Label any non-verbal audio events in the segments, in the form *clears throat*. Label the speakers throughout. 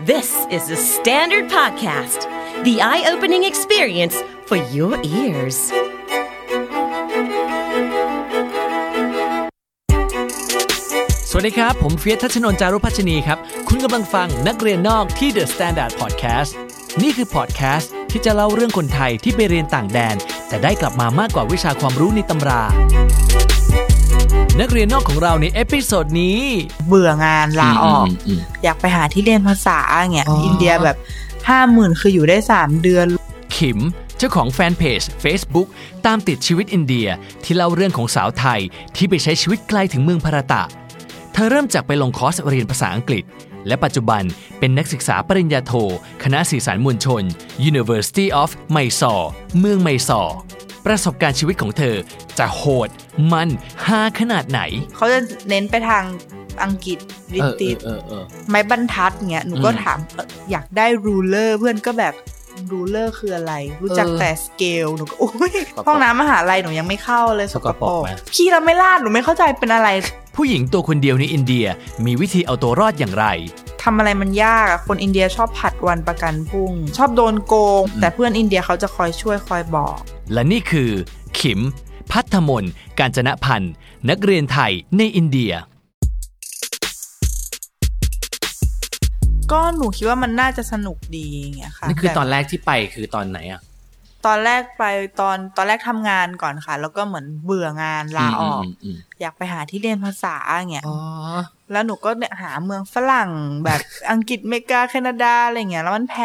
Speaker 1: This is the Standard Podcast, the eye opening experience for your ears.
Speaker 2: สวัสดีครับ ผมเฟียสทัชนนท์จารุพัชนีครับ คุณกำลังฟังนักเรียนนอกที่ The Standard Podcast นี่คือพอดแคสต์ที่จะเล่าเรื่องคนไทยที่ไปเรียนต่างแดน แต่ได้กลับมามากกว่าวิชาความรู้ในตำรา นักเรียนนอกของเราในเอพิโซดนี้
Speaker 3: เบื่องานลาออก อยากไปหาที่เรียนภาษาอย่างเงี้ย
Speaker 2: อ๋ออิ
Speaker 3: อินเดียแบบห้าหมื่นคืออยู่ได้สามเดือน
Speaker 2: ขิม เจ้าของแฟนเพจ Facebook ตามติดชีวิตอินเดียที่เล่าเรื่องของสาวไทยที่ไปใช้ชีวิตไกลถึงเมืองพาราตะ เธอเริ่มจากไปลงคอร์สเรียนภาษาอังกฤษ และปัจจุบันเป็นนักศึกษาปริญญาโท คณะสื่อสารมวลชน University of Mysore เมืองไมซอร์ประสบการณ์ชีวิตของเธอจะโหด มันฮาขนาดไหน
Speaker 3: เขาจะเน้นไปทางอังกฤษวิติตไม้บรรทัดเงี้ยหนูก็
Speaker 2: อืม
Speaker 3: ถามเอ่ออยากได้รูเลอร์เพื่อนก็แบบรูเลอร์คืออะไร รู้จัก
Speaker 2: เออ
Speaker 3: แต่สเกลหนูก็อุ้ยห้องน้ำมหาลัยหนูยังไม่เข้าเลยสก
Speaker 2: สกป
Speaker 3: ป
Speaker 2: ร
Speaker 3: ร
Speaker 2: ก
Speaker 3: ก
Speaker 2: ไหม
Speaker 3: พี่เราไม่ลาดหนูไม่เข้าใจเป็นอะไร
Speaker 2: ผู้หญิงตัวคนเดียวในอินเดียมีวิธีเอาตัวรอดอย่างไร
Speaker 3: ทำอะไรมันยากอะคนอินเดียชอบผัดวันประกันพรุ่ง ชอบโดนโกง แต่เพื่อนอินเดียเขาจะคอยช่วยคอยบอก
Speaker 2: และนี่คือ ขิม พัฒมนการจนพันธ์ นักเรียนไทยในอินเดีย
Speaker 3: ก็หนูคิดว่ามันน่าจะสนุกดีอย่างเงี้ยค่ะ
Speaker 4: นี่คือ
Speaker 3: แบบ
Speaker 4: ตอนแรกที่ไปคือตอนไหนอ่ะ
Speaker 3: ตอนแรกไปตอนตอนแรกทำงานก่อนค่ะ แล้วก็เหมือนเบื่องานลาออก อยากไปหาที่เรียนภาษาอย่างเงี้ย
Speaker 4: อ๋อ
Speaker 3: แล้วหนูก็เนี่ยหาเมืองฝรั่งแบบ
Speaker 4: *laughs*
Speaker 3: อังกฤษอเมริกาแคนาดาอะไรเงี้ยแล้วมันแพ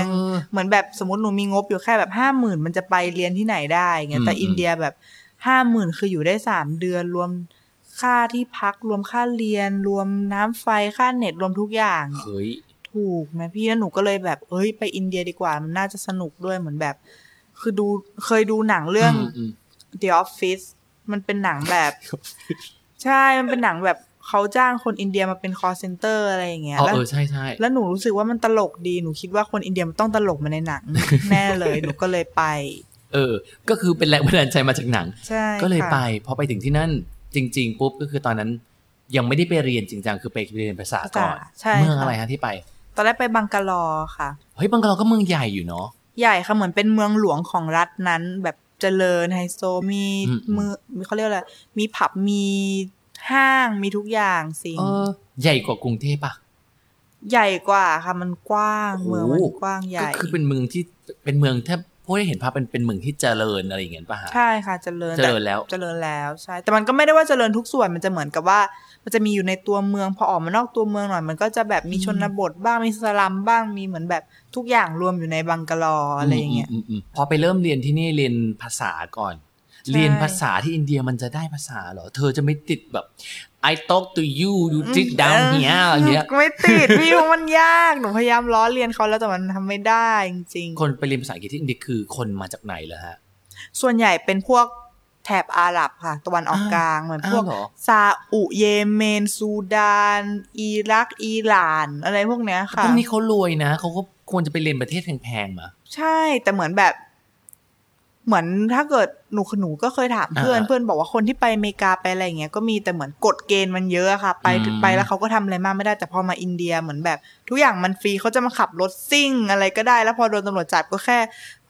Speaker 3: ง
Speaker 4: เออ
Speaker 3: เหมือนแบบสมมติหนูมีงบอยู่แค่แบบห้าหมื่นมันจะไปเรียนที่ไหนได้อย่างเงี้ยแต่
Speaker 4: อืม
Speaker 3: อินเดียแบบห้าหมื่นคืออยู่ได้สามเดือนรวมค่าที่พักรวมค่าเรียน รวมน้ำไฟค่าเน็ตรวมทุกอย่าง
Speaker 4: เฮ้ย
Speaker 3: ถูกไหมพี่แล้วหนูก็เลยแบบเอ้ยไปอินเดียดีกว่า มันน่าจะสนุกด้วยเหมือนแบบ คือดูเคยดูหนังเรื่อง
Speaker 4: อืม
Speaker 3: The Office มันเป็นหนังแบบ ใช่ มันเป็นหนังแบบเขาจ้างคนอินเดียมาเป็น call center อะไรอย่างเงี้ย
Speaker 4: อ๋อ
Speaker 3: แล้ว
Speaker 4: เออใช่ใช่
Speaker 3: แล้วหนูรู้สึกว่ามันตลกดีหนูคิดว่าคนอินเดียมันต้องตลกมาในห
Speaker 4: *laughs*
Speaker 3: นัง แน่เลย หนูก็เลยไป
Speaker 4: เออ ก็คือเป็นแรงบันดาลใจมาจากหนัง
Speaker 3: ใช่
Speaker 4: ก็เลยไป
Speaker 3: ค่ะ
Speaker 4: พอไปถึงที่นั่นจริง ๆ ปุ๊บก็คือตอนนั้นยังไม่ได้ไปเรียนจริงจังคือไปเรียนภาษาก่อน
Speaker 3: ใช่
Speaker 4: เมือง
Speaker 3: ค่
Speaker 4: อะไรฮะที่ไป
Speaker 3: ตอนแรกไปบังกะลอค่ะ
Speaker 4: เฮ้ยบังกลาก็เมืองใหญ่อยู่เนาะ
Speaker 3: ใหญ่ค่ะเหมือนเป็นเมืองหลวงของรัฐนั้น แบบเจริญไฮโซมี
Speaker 4: อืม
Speaker 3: เมืองมีเขาเรียกอะไรมีผับมีห้างมีทุกอย่างสิ่ง
Speaker 4: เออ ใหญ่กว่ากรุงเทพปะ
Speaker 3: ใหญ่กว่าค่ะมันกว้าง
Speaker 4: โอ้โห
Speaker 3: เมืองมันกว้างให
Speaker 4: ก็
Speaker 3: ญ่
Speaker 4: คือเป็นเมืองที่เป็นเมืองแทบพวกได้เห็นภาพเป็นเป็นเมืองที่เจริญอะไรอย่างเงี้ยปะฮะ
Speaker 3: ใช่ค่ะเจริญ
Speaker 4: เจริญแล้ว
Speaker 3: ต่เจริญแล้วใช่ แต่มันก็ไม่ได้ว่าเจริญทุกส่วนมันจะเหมือนกับว่า มันจะมีอยู่ในตัวเมืองพอออกมานอกตัวเมืองหน่อยมันก็จะแบบมีชนบทบ้างมีสลัมบ้างมีเหมือนแบบทุกอย่างรวมอยู่ในบังกะลออะไรอย่างเงี้ย
Speaker 4: มมอืมอืมพอไปเริ่มเรียนที่นี่เรียนภาษาก่อน เรียนภาษาที่อินเดียมันจะได้ภาษาเหรอ เธอจะไม่ติดแบบ I talk to you you sit
Speaker 3: *laughs*
Speaker 4: down here อย่างเงี้ย
Speaker 3: ไม่ติดพี่ว่ามันยาก หนูพยายามล้อเลียนเขาแล้วแต่มันทำไม่ได้จริง
Speaker 4: คนไปเรียนภาษาอังกฤษที่อินเดียคือคนมาจากไหนเหรอฮะ
Speaker 3: ๆ ส่วนใหญ่เป็นพวกแถบอาหรับค่ะ ตะวันออกกลางเหมือนพวก
Speaker 4: อ้าวเหรอ
Speaker 3: ซาอุเยเมน ซูดาน อิรัก อิหร่าน อะไรพวกเนี้ยค่ะ
Speaker 4: พวกนี้เขารวยนะ เขาก็ควรจะไปเรียนประเทศแพงๆมา
Speaker 3: ใช่แต่เหมือนแบบ เหมือนถ้าเกิดหนูหนูก็เคยถามเพื่อน
Speaker 4: อ่า
Speaker 3: เพื่อนบอกว่าคนที่ไปอเมริกาไปอะไรอย่างเงี้ยก็มีแต่เหมือนกฎเกณฑ์มันเยอะอะค่ะ ไป
Speaker 4: อืม
Speaker 3: ไปแล้วเขาก็ทำอะไรมากไม่ได้แต่พอมาอินเดียเหมือนแบบ ทุกอย่างมันฟรีเขาจะมาขับรถซิ่งอะไรก็ได้ แล้วพอโดนตำรวจจับก็แค่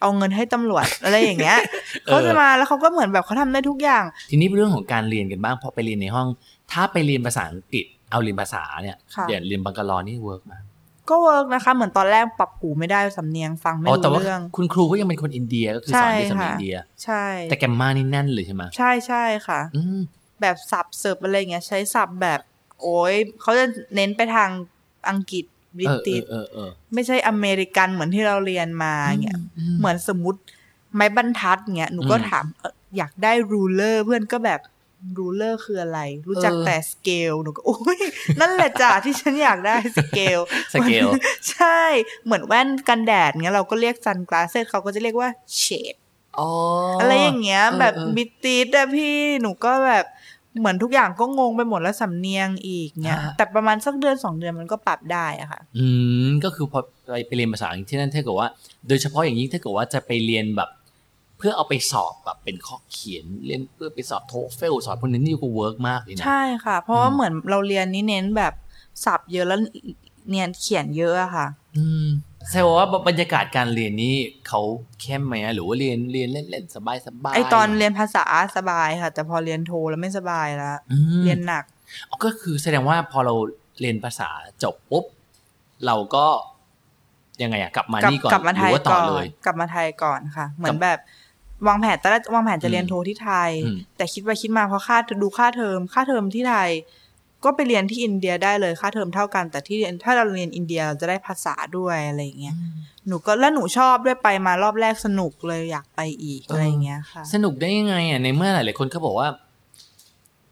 Speaker 3: เอาเงินให้ตำรวจ อะไรอย่างเงี้ย
Speaker 4: *laughs*
Speaker 3: เขาจะมาแล้วเขาก็เหมือนแบบเขาทำได้ทุกอย่าง
Speaker 4: ทีนี้เรื่องของการเรียนกันบ้าง พอไปเรียนในห้อง ถ้าไปเรียนภาษาอังกฤษ เอาเรียนภาษาเนี่ย
Speaker 3: ค่ะ
Speaker 4: อย่าเรียนบังกลอนี่เวิร์กมาก
Speaker 3: ก็เวิร์กนะคะ เหมือนตอนแรกปรับหูไม่ได้สำเนียงฟังไม่
Speaker 4: อ๋อแต่
Speaker 3: รู้
Speaker 4: ว่า
Speaker 3: เรื่อง
Speaker 4: คุณครูก็ยังเป็นคนอินเดียก็คือสอนด้วยสำเนียงอินเดีย
Speaker 3: ใช่
Speaker 4: แต่แกมมานี่แน่นเลยใช่ไหม
Speaker 3: ใช่ใช่ค่ะ
Speaker 4: อืม
Speaker 3: แบบสับเสิร์ฟอะไรอย่างเงี้ยใช้สับแบบ โอ้ยเขาจะเน้นไปทางอังกฤษบริ
Speaker 4: เออ
Speaker 3: ติช
Speaker 4: เออเออ
Speaker 3: ไม่ใช่อเมริกันเหมือนที่เราเรียนมา
Speaker 4: เออ
Speaker 3: เงี้ย
Speaker 4: อื
Speaker 3: เหมือนสมมติไม้บรรทัดเงี้ยหนูก็
Speaker 4: อืม
Speaker 3: ถามเอ่ออยากได้รูเลอร์เพื่อนก็แบบรูเลอร์คืออะไร รู้จัก
Speaker 4: เออ
Speaker 3: แต่สเกลหนูก็โอ้ยนั่นแหละจ้ะ ที่ฉันอยากได้สเกล
Speaker 4: *laughs* scale
Speaker 3: *laughs* ใช่เหมือนแว่นกันแดดเงี้ยเราก็เรียกซันกลาเซสเขาก็จะเรียกว่าเฉด
Speaker 4: อ๋ออ
Speaker 3: อะไรอย่างเงี้ย
Speaker 4: เออ
Speaker 3: แบบ
Speaker 4: เออ
Speaker 3: บิดติดอะพี่หนูก็แบบเหมือนทุกอย่างก็งงไปหมดแล้วสำเนียงอีกเนี่ยแต่ประมาณสักเดือนสองเดือนมันก็ปรับได้อะค่ะ
Speaker 4: อืมก็คือพอไปไปเรียนภาษาอังกฤษที่นั่นถ้าเกิดว่า โดยเฉพาะอย่างยิ่งถ้าเกิดว่าจะไปเรียนแบบ เพื่อเอาไปสอบแบบเป็นข้อเขียนเรียนเพื่อไปสอบโทเฟลสอบพวกนี้นี่ก็เวิร์กมากเลยนะ
Speaker 3: ใช่ค่ะ เพราะว่า
Speaker 4: อืม
Speaker 3: เหมือนเราเรียนนี่เน้นแบบสับเยอะแล้ว เนี่ยเขียนเยอะอะค่ะ
Speaker 4: อืมแสดงว่าบรรยากาศการเรียนนี้เขาเข้มไหมอะหรือว่าเรียนเรียนเล่นๆสบายสบาย
Speaker 3: ไอตอนเรียนภาษาสบายค่ะ แต่พอเรียนโทแล้วไม่สบายละเรี
Speaker 4: เรีย
Speaker 3: ย
Speaker 4: น
Speaker 3: นหนัก
Speaker 4: ก็คือแสดงว่าพอเราเรียนภาษาจบปุ๊บ เราก็ยังไงอะกลับมาก
Speaker 3: ลับ
Speaker 4: นี่ก่อน
Speaker 3: กลับมา
Speaker 4: ห
Speaker 3: ไท
Speaker 4: รื
Speaker 3: ย
Speaker 4: ว่าต่
Speaker 3: ก่
Speaker 4: อ
Speaker 3: อน
Speaker 4: เลย
Speaker 3: กลับมาไทยก่อนค่ะ เหมือ
Speaker 4: กัน บ
Speaker 3: แบบวางแผนตอนแรกวางแผนจะเรียน
Speaker 4: อืม
Speaker 3: โทที่ไทย
Speaker 4: อืม
Speaker 3: แต่คิดไปคิดมาเพราะค่าดูค่าเทอม ค่าเทอมที่ไทย ก็ไปเรียนที่อินเดียได้เลยค่าเทอมเท่ากัน แต่ที่เรียนถ้าเราเรียนอินเดียเราจะได้ภาษาด้วยอะไรอย่างเงี้ยหนูก็แล้วหนูชอบด้วยไปมารอบแรกสนุกเลยอยากไปอีกอะไรอย่างเงี้ยค่ะ
Speaker 4: สนุกได้ยังไงอะในเมื่อหลายๆคนเขาบอกว่า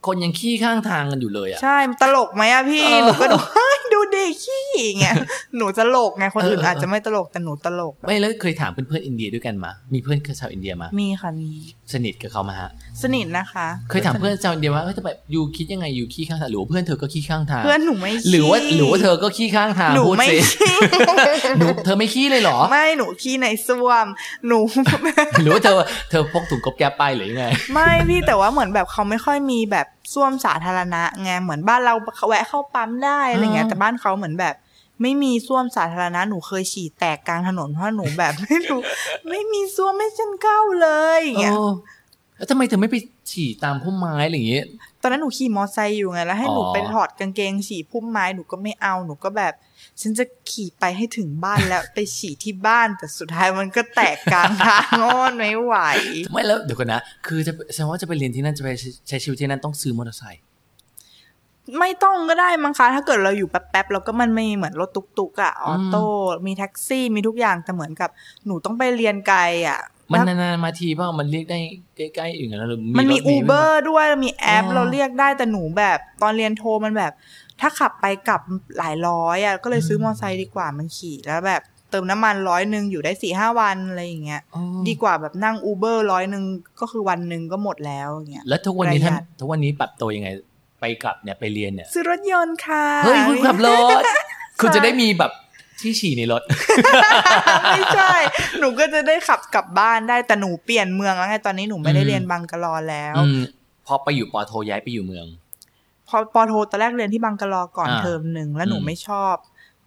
Speaker 4: คนยังขี้ข้างทางกันอยู่เลยอะ
Speaker 3: ใช่มันตลกไหมอะพี่
Speaker 4: เออ
Speaker 3: หนูก็ดู *laughs* ดูเด็กขี้อย่างเงี้ยหนูตลกไงคนอื่น
Speaker 4: เออเอออ
Speaker 3: อาจจะไม่ตลกแต่หนูตลก
Speaker 4: ไม่แล้วเคยถามเพื่อนๆอินเดียด้วยกันมามีเพื่อนชาวอินเดียมา
Speaker 3: มีค่ะมี
Speaker 4: สนิทกับเขามาฮะ
Speaker 3: สนิทนะคะ
Speaker 4: เคยถามเพื่อนชาวอินเดียว่าเฮ้ยแต่แบบยูคิดยังไงยูขี้ข้างทางหรือว่าเพื่อนเธอก็ขี้ข้างทาง
Speaker 3: เพื่อนหนูไม่ขี้
Speaker 4: หรือว่าหรือว่าเธอก็ขี้ข้างทาง
Speaker 3: หนู
Speaker 4: พูด
Speaker 3: ไม่
Speaker 4: สิ
Speaker 3: ขี้
Speaker 4: หนูเธอไม่ขี้เลยเหรอ
Speaker 3: ไม่หนูขี้ในส้วม หนู *laughs*
Speaker 4: หรือว่าเธอเธอพกถุงกบแก๊ปไปหรือยังไง
Speaker 3: ไม่พี่แต่ว่าเหมือนแบบเขาไม่ค่อยมีแบบส้วมสาธารณะไงเหมือนบ้านเราแวะเข้าปั๊มได้อะไรเงี้ย
Speaker 4: อ่า
Speaker 3: แต่บ้านเขาเหมือนแบบ ไม่มีส้วมสาธารณะหนูเคยฉี่แตกกลางถนนเพราะหนูแบบ *laughs* ไม่รู้ไม่มีส้วมไม่ฉันเข้าเลยอย่างเงี้ย
Speaker 4: โอ้แล้วทำไมเธอไม่ไปฉี่ตามพุ่มไม้อะไรอย่างเงี้ย
Speaker 3: ตอนนั้นหนูขี่มอไซค์อยู่ไงแล้วให้หนู
Speaker 4: อ๋อ
Speaker 3: ไปถอดกางเกงฉี่พุ่มไม้หนูก็ไม่เอาหนูก็แบบ ฉันจะขี่ไปให้ถึงบ้านแล้ว *laughs* ไปฉี่ที่บ้านแต่สุดท้ายมันก็แตกกลางทาง *laughs* โอ้อนไม่ไหว
Speaker 4: ไม่แล้วเดี๋ยวก่อนนะ คือจะแสดงว่าจะไปเรียนที่นั่นจะไปใช้ชีวิตที่นั่นต้องซื้อมอเตอร์ไซค์
Speaker 3: ไม่ต้องก็ได้มั้งคะถ้าเกิดเราอยู่แป๊บๆแล้วก็มันไม่เหมือนรถตุกๆอะออโต้มีแท็กซี่มีทุกอย่างแต่เหมือนกับหนูต้องไปเรียนไกลอะ
Speaker 4: มัน
Speaker 3: แล้ว
Speaker 4: นานๆมาทีเปล่ามันเรียกได้ใกล้ๆอย่างนั้นหรือ
Speaker 3: มันมี
Speaker 4: รถ
Speaker 3: อูเบอ
Speaker 4: ไหม
Speaker 3: ร์ด้วยมีแอป
Speaker 4: อ๋อ
Speaker 3: เราเรียกได้แต่หนูแบบ ตอนเรียนโทมันแบบ ถ้าขับไปกลับหลายร้อยอะก็เลยซื้อมอเตอร์ไซค์ดีกว่ามันขี่แล้วแบบ เติมน้ำมันร้อยหนึ่งอยู่ได้สี่ห้าวันอะไรอย่างเงี้ย
Speaker 4: อ๋อ
Speaker 3: ดีกว่าแบบนั่งอูเบอร์ร้อยหนึ่งก็คือวันหนึ่งก็หมดแล้วอย่างเงี้ย
Speaker 4: แล้วทุกวันนี้
Speaker 3: ประหยั
Speaker 4: ท่าน
Speaker 3: ด
Speaker 4: ทุกวันนี้ปรับตัวยังไง ไปกลับเนี่ยไปเรียนเนี่ย
Speaker 3: ซื้อรถยนต์ค่ะ
Speaker 4: เฮ้ยคุณขับรถคุณจะได้มีแบบที่ฉี่ในรถ
Speaker 3: *laughs* ไม่ใช่ หนูก็จะได้ขับกลับบ้านได้แต่หนูเปลี่ยนเมืองแล้วไงตอนนี้หนูไม่ได้
Speaker 4: อืม
Speaker 3: เรียนบังกะลอแล้ว
Speaker 4: อืมพอไปอยู่ปอโทย้ายไปอยู่เมือง
Speaker 3: พอปอโทตอนแรกเรียนที่บังกะลอก่อน
Speaker 4: อ่า
Speaker 3: เทอมหนึ่งแล้วหนู
Speaker 4: อืม
Speaker 3: ไม่ชอบ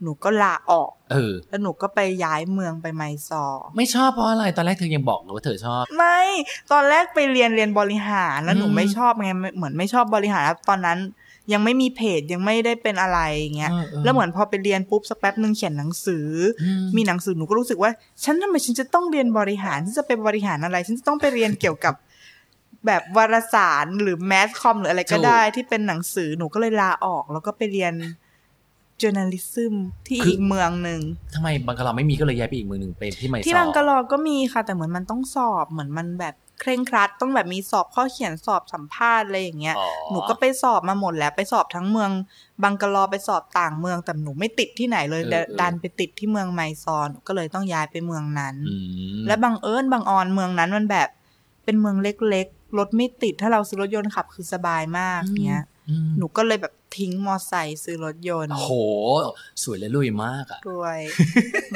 Speaker 3: หนูก็ลาออก
Speaker 4: เออ
Speaker 3: แล้วหนูก็ไปย้ายเมืองไปไมซอร์
Speaker 4: ไม่ชอบเพราะอะไร ตอนแรกเธอยังบอกเลยว่าเธอชอบ
Speaker 3: ไม่ ตอนแรกไปเรียนเรียนบริหารแล้วหนู
Speaker 4: อืม
Speaker 3: ไม่ชอบไงไม่เหมือนไม่ชอบบริหารแล้วตอนนั้น ยังไม่มีเพจยังไม่ได้เป็นอะไรอย่างเงี้ย แล้วเหมือนพอไปเรียนปุ๊บสักแป๊บหนึ่งเขียนหนังสืออ มีหนังสือหนูก็รู้สึกว่าฉันทำไมฉันจะต้องเรียนบริหารฉันจะไปบริหารอะไร ฉันจะต้องไปเรียนเกี่ยวกับ *laughs* แบบวารสารหรือแมสคอมหรืออะไรก็ได้ที่เป็นหนังสือหนูก็เลยลาออก แล้วก็ไปเรียน journalism ที่
Speaker 4: คืออี
Speaker 3: อีกเมืองหนึ่ง
Speaker 4: ทำไมบังกะลอไม่มีก็เลยย้ายไปอีกเมืองหนึ่งเป็นที่ไมซอ
Speaker 3: ที่บังกะลอก็มีค่ะ แต่เหมือนมันต้องสอบเหมือนมันแบบเคร่งครัด ต้องแบบมีสอบข้อเขียนสอบสัมภาษณ์อะไรอย่างเงี้ย
Speaker 4: อ๋อ
Speaker 3: หนูก็ไปสอบมาหมดแล้วไปสอบทั้งเมือง บังกะลอไปสอบต่างเมืองแต่หนูไม่ติดที่ไหนเลยแต่ดันไปติดที่เมืองไมซอนหนูก็เลยต้องย้ายไปเมืองนั้น
Speaker 4: อืม
Speaker 3: และบังเอิญบังออนเมืองนั้นมันแบบ เป็นเมืองเล็กๆ รถไม่ติดถ้าเราซื้อรถยนต์ขับคือสบายมากเนี้ย
Speaker 4: อืม
Speaker 3: หนูก็เลยแบบทิ้งมอไซค์ซื้อรถยนต์
Speaker 4: โอ้โห สวยและรวยมากอ่ะ
Speaker 3: ด้วย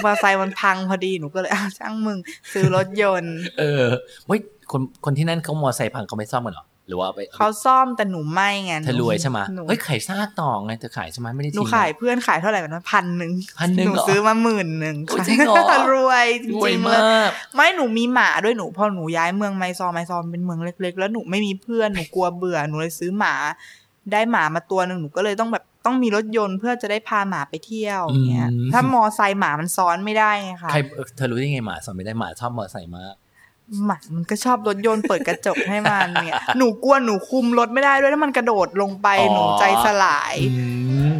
Speaker 3: มอไซค์มันพังพอดีหนูก็เลยอ้าวช่างมึง ซื้อรถยนต์
Speaker 4: เออเว้ยคนคนที่นั่นเขามอไซค์พังเขาไม่ซ่อมกันเหรอ หรือว่าเอาไป
Speaker 3: เขาซ่อมแต่หนูไม่ไง
Speaker 4: เธอรวยใช่ไหม
Speaker 3: นู
Speaker 4: เฮ้ยขายซากต่อไงเธอขายใช่ไหมไม่ได้
Speaker 3: หนู
Speaker 4: ทิ้ง
Speaker 3: ขายเพื่อนขายเท่าไหร่มันพันหนึ่ง
Speaker 4: พันหนึ่ง
Speaker 3: หนู
Speaker 4: เหรอ
Speaker 3: ซื้อมาหมื่นหนึ่ง
Speaker 4: โอ้ยจริงเหรอ
Speaker 3: *laughs* รวยจ
Speaker 4: รวย
Speaker 3: ริงๆเลย
Speaker 4: มาก
Speaker 3: ไม่หนูมีหมาด้วยหนูพอหนูย้ายเมืองไมซอร์ไมซอร์เป็นเมืองเล็ก ๆ แล้วหนูไม่มีเพื่อนหนูกลัวเบื่อหนูเลยซื้อหมา ได้หมามาตัวหนึ่งหนูก็เลยต้องแบบต้องมีรถยนต์เพื่อจะได้พาหมาไปเที่ยวอย่างเงี้ย
Speaker 4: อืม
Speaker 3: ถ้ามอไซค์หมามันซ้อนไม่ได้ไงคะ
Speaker 4: ใครเออเธอรู้ได้ไงหมาสอนไม่ได้หมาชอบมอไซค์มาก
Speaker 3: หมามันก็ชอบรถยนต์เปิดกระจกให้มันเนี่ยหนูกลัวหนูคุมรถไม่ได้ด้วยถ้ามันกระโดดลงไป
Speaker 4: อ๋อ
Speaker 3: หนูใจสลาย
Speaker 4: อืม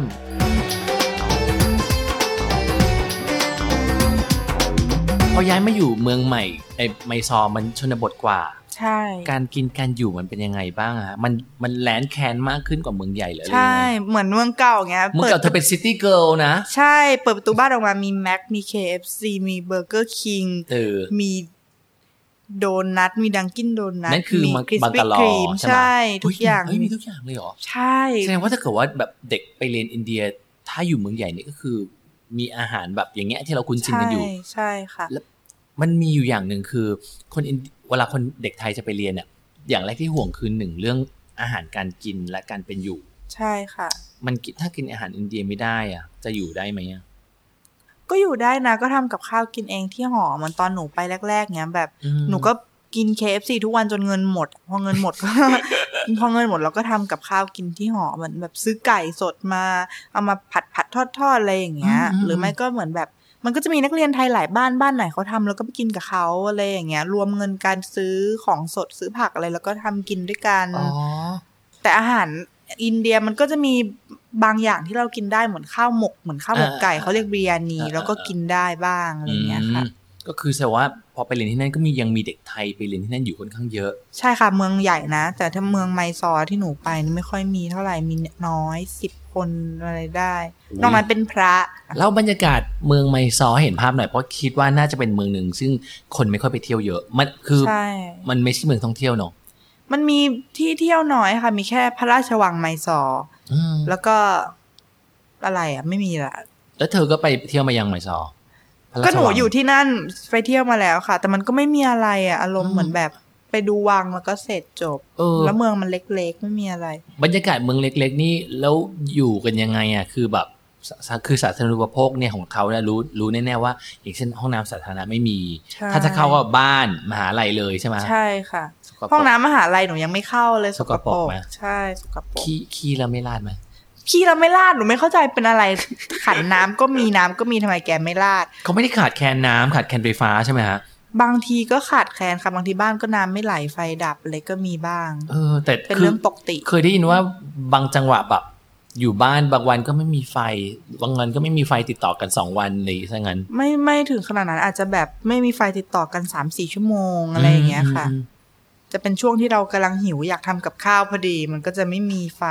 Speaker 4: พอย้ายมาอยู่เมืองใหม่ไอ้ไมซอร์มันชนบทกว่า
Speaker 3: ใช่
Speaker 4: การกินการอยู่มันเป็นยังไงบ้างฮะมันมันแลนด์แคนมากขึ้นกว่าเมืองใหญ่เหรอหรือยั
Speaker 3: ใช่
Speaker 4: งไง
Speaker 3: เหมือนเมืองเก่าไง
Speaker 4: เมือง
Speaker 3: เปิด
Speaker 4: เก่าเธอเป็นซิตี้เกิลนะ
Speaker 3: ใช่เปิดประตูบ้านออกมามีแม็กมี KFC มีเบอร์เกอร์คิง
Speaker 4: เออ
Speaker 3: มีโดนัท มีดังกินโดนัท
Speaker 4: นั่นคือ
Speaker 3: มี
Speaker 4: มัน
Speaker 3: คริส
Speaker 4: บัง
Speaker 3: ปี้
Speaker 4: กะลอ
Speaker 3: ครีม
Speaker 4: ใช่ไหม
Speaker 3: ใช่ ทุก
Speaker 4: เฮ้
Speaker 3: อย่าง
Speaker 4: เฮ้ยมีทุกอย่างเลยเหรอ
Speaker 3: ใช่
Speaker 4: แสดงว่าถ้าเกิดว่าแบบเด็กไปเรียนอินเดีย ถ้าอยู่เมืองใหญ่เนี่ยก็คือ มีอาหารแบบอย่างเงี้ยที่เราคุ้นชิน
Speaker 3: ใช่
Speaker 4: กันอยู่
Speaker 3: ใช่ค่ะ
Speaker 4: มันมีอยู่อย่างหนึ่งคือ คนอินเวลาคนเด็กไทยจะไปเรียนเนี่ยอย่างแรกที่ห่วงคือหนึ่งเรื่องอาหารการกินและการเป็นอยู่
Speaker 3: ใช่ค่ะ
Speaker 4: มันกินถ้ากินอาหารอินเดียไม่ได้อ่ะ จะอยู่ได้ไหมอ่ะ
Speaker 3: ก็อยู่ได้นะ ก็ทำกับข้าวกินเองที่หอเหมันตอนหนูไปแรก ๆเนี้ยแบบ
Speaker 4: อืม
Speaker 3: หนูก็กิน KFC ทุกวันจนเงินหมด พอเงินหมดก็ *laughs* พอเงินหมดเราก็ทำกับข้าวกินที่หอเหมือนแบบซื้อไก่สดมา เอามาผัดผัดทอดทอดอะไรอย่างเงี้ย หรือไม่ก็เหมือนแบบ มันก็จะมีนักเรียนไทยหลายบ้านบ้านไหนเขาทำแล้วก็ไปกินกับเขาอะไรอย่างเงี้ย รวมเงินการซื้อของสดซื้อผักอะไรแล้วก็ทำกินด้วยกัน แต่อาหารอินเดียมันก็จะมีบางอย่างที่เรากินได้เหมือนข้าวหมกเหมือนข้าวหมกไก่
Speaker 4: อ่า
Speaker 3: เขาเรียกบริยานี
Speaker 4: อ่า
Speaker 3: แล้วก็กินได้บ้างอะไรอย่างเงี้ยค่ะ
Speaker 4: อืมก็คือแสดงว่าพอไปเรียนที่นั่นก็มียังมีเด็กไทยไปเรียนที่นั่นอยู่ค่อนข้างเยอะ
Speaker 3: ใช่ค่ะเมืองใหญ่นะ แต่ถ้าเมืองไมซอร์ที่หนูไปนี่ไม่ค่อยมีเท่าไหร่มีน้อยสิบคนอะไรได้
Speaker 4: อุ๊ย
Speaker 3: นอกนั้นเป็นพระ
Speaker 4: แล้วบรรยากาศเมืองไมซอร์ให้เห็นภาพหน่อยเพราะคิดว่าน่าจะเป็นเมืองหนึ่งซึ่งคนไม่ค่อยไปเที่ยวเยอะ มันคือ
Speaker 3: ใช่
Speaker 4: มันไม่ใช่เมืองท่องเที่ยวเนอะ
Speaker 3: มันมีที่เที่ยวน้อยค่ะ มีแค่พระราชวังไมซอร์
Speaker 4: อืม
Speaker 3: แล้วก็อะไรอ่ะ ไม่มีละ
Speaker 4: แล้วเธอก็ไปเที่ยวมายังไมซอร์พระราช
Speaker 3: ก็หนู
Speaker 4: วัง
Speaker 3: อยู่ที่นั่นไปเที่ยวมาแล้วค่ะ แต่มันก็ไม่มีอะไรอ่ะ อารม
Speaker 4: อื
Speaker 3: ณ์
Speaker 4: ม
Speaker 3: เหมือนแบบไปดูวังแล้วก็เสร็จจบ
Speaker 4: เออ
Speaker 3: แล้วเมืองมันเล็กๆ ไม่มีอะไร
Speaker 4: บรรยากาศเมืองเล็ก ๆ นี่แล้วอยู่กันยังไงอ่ะคือแบบสสาคือสาธารณูปโภคเนี่ยของเขาเนี่ยรู้รู้แน่ๆว่าอย่างเช่นห้องน้ำสาธารณะไม่มี
Speaker 3: ใช่
Speaker 4: ถ้าจะเข้าก็บ้านมหาลัยเลยใช่ไหม
Speaker 3: ใช่ค่ะ
Speaker 4: สกปรก
Speaker 3: ห้องน้ำมหาลัยหนูยังไม่เข้าเลย
Speaker 4: สกปรกไหม
Speaker 3: ใช่สกปรก
Speaker 4: ขี้ขี้แล้วไม่ลาดไหม
Speaker 3: ขี้เราไม่ลาดหนูไม่เข้าใจเป็นอะไร *laughs* ขันน้ำก็มีน้ำก็มีทำไมแกไม่ลาด
Speaker 4: เขาไม่ได้ขาดแคลนน้ำขาดแคลนไฟฟ้าใช่ไหมฮะ
Speaker 3: บางทีก็ขาดแคลนค่ะบางทีบ้านก็น้ำไม่ไหลไฟดับอะไรก็มีบ้าง
Speaker 4: เออ แต่
Speaker 3: เป็น
Speaker 4: คื
Speaker 3: เรื่องปกติ
Speaker 4: เคยได้ยินว่าบางจังหวะแบบ อยู่บ้านบางวันก็ไม่มีไฟ บางวันก็ไม่มีไฟติดต่อกันสองวันเลยซะงั้น
Speaker 3: ไม่ไม่ถึงขนาดนั้นอาจจะแบบไม่มีไฟติดต่อกันสามสี่ชั่วโมงอะไรอย่างเงี้ยค่ะ
Speaker 4: อืม
Speaker 3: จะเป็นช่วงที่เรากำลังหิวอยากทำกับข้าวพอดี มันก็จะไม่มีไฟ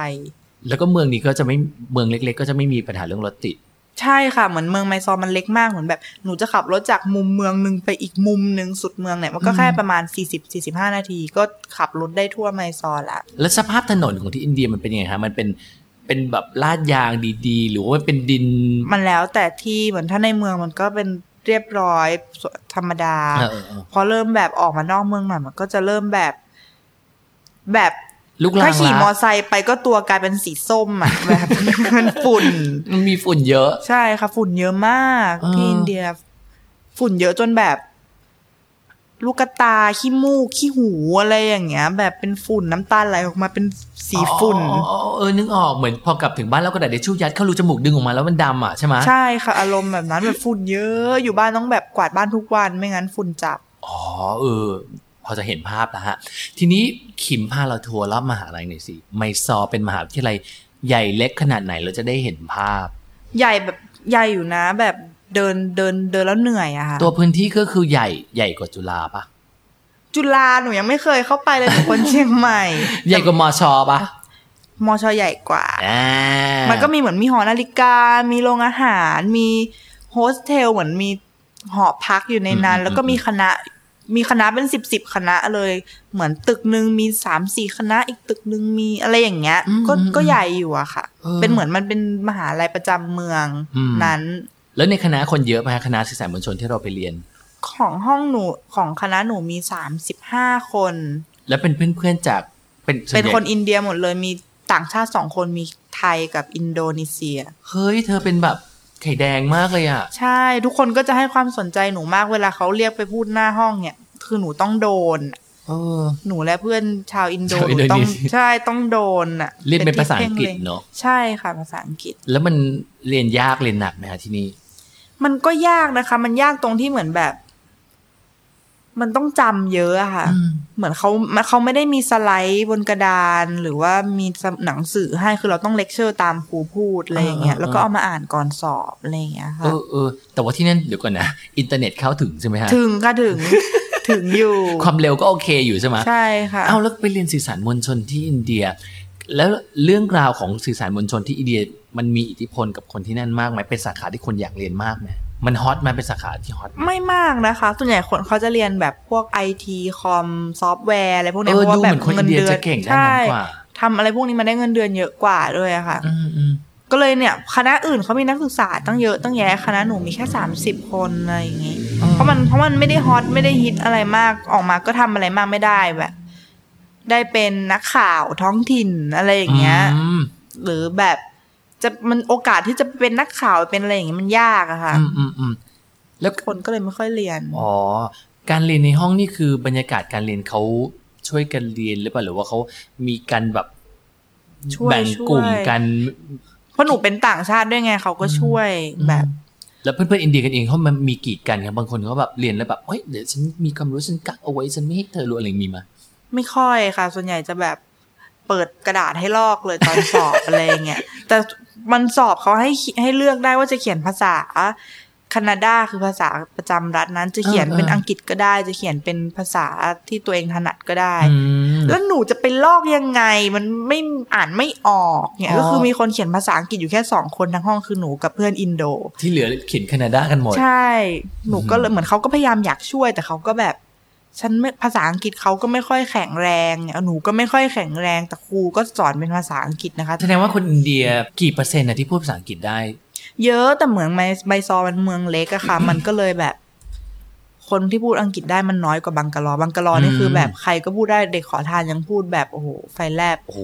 Speaker 4: แล้วก็เมืองนี้ก็จะไม่เมืองเล็ก ๆ ก็จะไม่มีปัญหาเรื่องรถติด
Speaker 3: ใช่ค่ะ เหมือนเมืองไมซอร์มันเล็กมากเหมือนแบบหนูจะขับรถจากมุมเมืองหนึ่งไปอีกมุมหนึ่งสุดเมืองเนี่ยมันก็แค่ประมาณ 40 45 นาที ก็ขับรถได้ทั่วไมซอร์ละ
Speaker 4: แล้วสภาพถนนของที่อินเดียมันเป็นยังไงคะมันเป็นเป็นแบบลาดยางดีๆ หรือว่ามันเป็นดิน
Speaker 3: มันแล้วแต่ที่เหมือนถ้าในเมืองมันก็เป็นเรียบร้อยธรรมดา
Speaker 4: เออเออเออ
Speaker 3: พอเริ่มแบบออกมานอกเมืองหน่อยมันก็จะเริ่มแบบ แบบ
Speaker 4: ลูกรัง
Speaker 3: ถ้าขี่มอ
Speaker 4: ละ
Speaker 3: ไซค์ไปก็ตัวกลายเป็นสีส้มอ่ะ *laughs* แบบ มันฝุ่น
Speaker 4: มันมีฝุ่นเยอะ
Speaker 3: ใช่ค่ะ ฝุ่นเยอะมาก
Speaker 4: เออ
Speaker 3: ที่อินเดีย ฝุ่นเยอะจนแบบ ลูกตาขี้มูกขี้หูอะไรอย่างเงี้ย แบบเป็นฝุ่นน้ำตาไหลออกมาเป็นสีฝุ่น
Speaker 4: อ๋ออ๋ออ๋อเออนึกออกเหมือนพอกลับถึงบ้านแล้วกระดาษเดชูยัดเข้ารูจมูกดึงออกมาแล้วมันดำอ่ะใช่ไหม
Speaker 3: ใช่ค่ะ อารมณ์แบบนั้นแบบฝุ่นเยอะอยู่บ้านต้องแบบกวาดบ้านทุกวันไม่งั้นฝุ่นจับ
Speaker 4: อ๋อเออ พอจะเห็นภาพแล้วฮะ ทีนี้ขิมพาเราทัวร์รอบมหาลัยหน่อยสิไมซอร์เป็นมหาวิทยาลัยใหญ่เล็กขนาดไหนเราจะได้เห็นภาพ
Speaker 3: ใหญ่แบบใหญ่อยู่นะ แบบเดินเดินเดินแล้วเหนื่อยอะค่ะ
Speaker 4: ตัวพื้นที่ก็คือใหญ่ใหญ่กว่าจุฬาปะ
Speaker 3: จุฬาหนูยังไม่เคยเข้าไปเลยหนู *laughs* คนเชียงใหม่
Speaker 4: ใหญ่กว่ามอชอปะ
Speaker 3: มอชอใหญ่กว่า
Speaker 4: อ่า
Speaker 3: มันก็มีเหมือนมีหอนาฬิกา มีโรงอาหาร มีโฮสเทลเหมือนมีหอพักอยู่ในนั้น
Speaker 4: อืม
Speaker 3: แล้วก็มีคณะ มีคณะเป็นสิบสิบคณะเลย เหมือนตึกหนึ่งมีสามสี่คณะ อีกตึกหนึ่งมีอะไรอย่างเงี้ย
Speaker 4: อืม
Speaker 3: ก็
Speaker 4: อืม
Speaker 3: ก็ใหญ่อยู่อะค่ะ
Speaker 4: เออ
Speaker 3: เป็นเหมือนมันเป็นมหาลัยประจำเมือง
Speaker 4: อืม
Speaker 3: นั้น
Speaker 4: แล้วในคณะคนเยอะไหมฮะคณะสื่อสารมวลชนที่เราไปเรียน
Speaker 3: ของห้องหนูของคณะหนูมีสามสิบห้าคน
Speaker 4: แล้วเป็นเพื่อนๆจากเป็นส่ว
Speaker 3: เป็น
Speaker 4: ใหญ่
Speaker 3: คนอินเดียหมดเลย มีต่างชาติสองคนมีไทยกับอินโดนีเซีย
Speaker 4: เฮ้ย เธอเป็นแบบไข่แดงมากเลยอ่ะ
Speaker 3: ใช่ ทุกคนก็จะให้ความสนใจหนูมากเวลาเขาเรียกไปพูดหน้าห้องเนี่ย คือหนูต้องโดน
Speaker 4: เออ
Speaker 3: หนูและเพื่อนชาวอินโด
Speaker 4: ชาวอิ
Speaker 3: ห
Speaker 4: น
Speaker 3: นู
Speaker 4: โดนีเซีย
Speaker 3: ต้องใช่ต้องโดนอ่ะ
Speaker 4: เรียนเป็นภาษาอังกฤษ
Speaker 3: ป็ที่พ่ล็
Speaker 4: เนาะ
Speaker 3: ใช่ค่ะภาษาอังกฤษ
Speaker 4: แล้วมันเรียนยากเรียนหนักไหมฮะที่นี่
Speaker 3: มันก็ยากนะคะ มันยากตรงที่เหมือนแบบ มันต้องจำเยอะอะค่ะ
Speaker 4: อืม
Speaker 3: เหมือนเขาเขาไม่ได้มีสไลด์บนกระดาน หรือว่ามีหนังสือให้คือเราต้องเลคเชอร์ตามครูพูดอะไรอย่างเงี้ย
Speaker 4: เออเออ
Speaker 3: แล้วก็เอามาอ่านก่อนสอบอะไรอย่างเงี้ย
Speaker 4: เอ
Speaker 3: ค่ะ
Speaker 4: อเออแต่ว่าที่นั่นเดี๋ยวก่อนนะอินเทอร์เน็ตเข้าถึงใช่ไหมฮะ
Speaker 3: ถึงค่ะถึง ถึงอยู่
Speaker 4: ความเร็วก็โอเคอยู่ใช่ไหม
Speaker 3: ใช่ค่ะ
Speaker 4: เอาแล้วไปเรียนสื่อสารมวลชนที่อินเดีย แล้วเรื่องราวของสื่อสารมวลชนที่อินเดีย มันมีอิทธิพลกับคนที่นั่นมากไหมเป็นสาขาที่คนอยากเรียนมากไหมมันฮอตไหมเป็นสาขาที่ฮอตไหม
Speaker 3: ไม่มากนะคะ ส่วนใหญ่คนเขาจะเรียนแบบพวกไอทีคอมซอฟต์แวร์อะไรพวกเนี้ย
Speaker 4: เอ
Speaker 3: เพ
Speaker 4: อ
Speaker 3: ราะว่าแบ
Speaker 4: ดู
Speaker 3: บ
Speaker 4: เหมือนคนอินเดียจะเก่งด้านนั้น
Speaker 3: ใช่
Speaker 4: กว่า
Speaker 3: ทำอะไรพวกนี้มันได้เงินเดือนเยอะกว่าด้วยอะค่ะ
Speaker 4: อืมอืม
Speaker 3: ก็เลยเนี่ย คณะอื่นเขามีนักศึกษาตั้งเยอะตั้งแยะคณะหนูมีแค่ 30 คนอะไรอย่างงี้
Speaker 4: อืม
Speaker 3: เพราะมันเพราะมันไม่ได้ฮอตไม่ได้ฮิตอะไรมากออกมาก็ทำอะไรมากไม่ได้แบบ ได้เป็นนักข่าวท้องถิ่นอะไรอย่างเงี้ย
Speaker 4: อืม
Speaker 3: หรือแบบจะมันโอกาสที่จะเป็นนักข่าวเป็นอะไรอย่างเงี้ยมันยากอะค่ะ
Speaker 4: อืมอืมอืมแล้ว
Speaker 3: คนก็เลยไม่ค่อยเรียน
Speaker 4: อ๋อการเรียนในห้องนี่คือบรรยากาศการเรียนเขาช่วยกันเรียนหรือเปล่าหรือว่าเขามีการแบบ
Speaker 3: ช่วย
Speaker 4: แบ่งกลุ่ม
Speaker 3: ช่วย
Speaker 4: กัน
Speaker 3: เพราะหนูเป็นต่างชาติด้วยไงเขาก็ช่วยแบบ
Speaker 4: แล้วเพื่อนๆอินเดียกันเองเขามันมีกีดกันครับบางคนเขาแบบเรียนแล้วแบบเฮ้ยเดี๋ยวฉันมีความรู้ฉันกักเอาไว้ฉันไม่ให้เธอรู้อะไรอย่างนี้มีมา
Speaker 3: ไม่ค่อยค่ะ ส่วนใหญ่จะแบบเปิดกระดาษให้ลอกเลยตอนสอบ อะไรอย่างเงี้ย
Speaker 4: *laughs*
Speaker 3: แต่มันสอบเขาให้เขีให้เลือกได้ว่าจะเขียนภาษาแคนาดาคือภาษาประจำรัฐนั้น จะเขียน
Speaker 4: เออเออ
Speaker 3: เป็นอังกฤษก็ได้ จะเขียนเป็นภาษาที่ตัวเองถนัดก็ได้
Speaker 4: อืม
Speaker 3: แล้วหนูจะไปลอกยังไง มันไม่อ่านไม่ออกเนี่ย
Speaker 4: อ๋อ
Speaker 3: ก็คือมีคนเขียนภาษาอังกฤษอยู่แค่สองคนทั้งห้องคือหนูกับเพื่อนอินโด
Speaker 4: ที่เหลือเขียนแคนาดากันหมด
Speaker 3: ใช่ หนูก็เลยเหมือนเขาก็พยายามอยากช่วยแต่เขาก็แบบ ฉันไม่ภาษาอังกฤษเขาก็ไม่ค่อยแข็งแรงเนี่ยหนูก็ไม่ค่อยแข็งแรงแต่ครูก็สอนเป็นภาษาอังกฤษนะคะ
Speaker 4: แสดงว่าคนอินเดียกี่เปอร์เซ็นต์นะที่พูดภาษาอังกฤษได้
Speaker 3: เยอะแต่เหมืองไมไบซอมันเมืองเล็กอะค่ะ มันก็เลยแบบ คนที่พูดอังกฤษได้มันน้อยกว่าบังกะลอบังกะลอนี่
Speaker 4: อืม
Speaker 3: คือแบบใครก็พูดได้เด็กขอทานยังพูดแบบโอ้โหไฟแลบ
Speaker 4: โอ้โห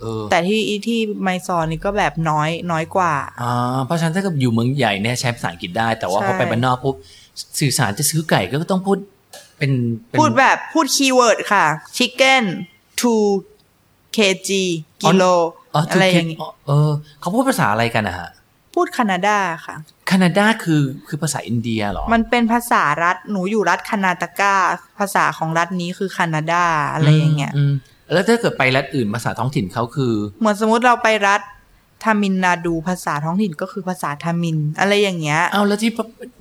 Speaker 4: เออ
Speaker 3: แต่ที่ที่ไมซอนี่ก็แบบน้อยน้อยกว่า
Speaker 4: อ่าเพราะฉะนั้นถ้าเกิดอยู่เมืองใหญ่เนี่ยใช้ภาษาอังกฤษได้ แต่ว่า
Speaker 3: ใช่
Speaker 4: พอไปบ้านนอกปุ๊บสื่อสารจะซื้อไก่ก็ต้องพูดเป็นเป็น
Speaker 3: พูดแบบพูดคีย์เวิร์ดค่ะ chicken to kg กิโล
Speaker 4: อ๋อ
Speaker 3: อะไรอย่าง
Speaker 4: นี้
Speaker 3: นี้
Speaker 4: เออเขาพูดภาษาอะไรกันนะฮะ
Speaker 3: พูดแคนาดาค่ะ
Speaker 4: แคนาดาคือคือภาษาอินเดียเหรอ
Speaker 3: มันเป็นภาษารัฐ หนูอยู่รัฐคานาตากาภาษาของรัฐนี้คือแคนาดาอะไรอย่างเงี้ย
Speaker 4: มมแล้วถ้าเกิดไปรัฐอื่นภาษาท้องถิ่นเขาคือ
Speaker 3: เหมือนสมมติเราไปรัฐทามินนาดูภาษาท้องถิ่นก็คือภาษาทามิน อะไรอย่างเงี้ย
Speaker 4: เอาแล้วที่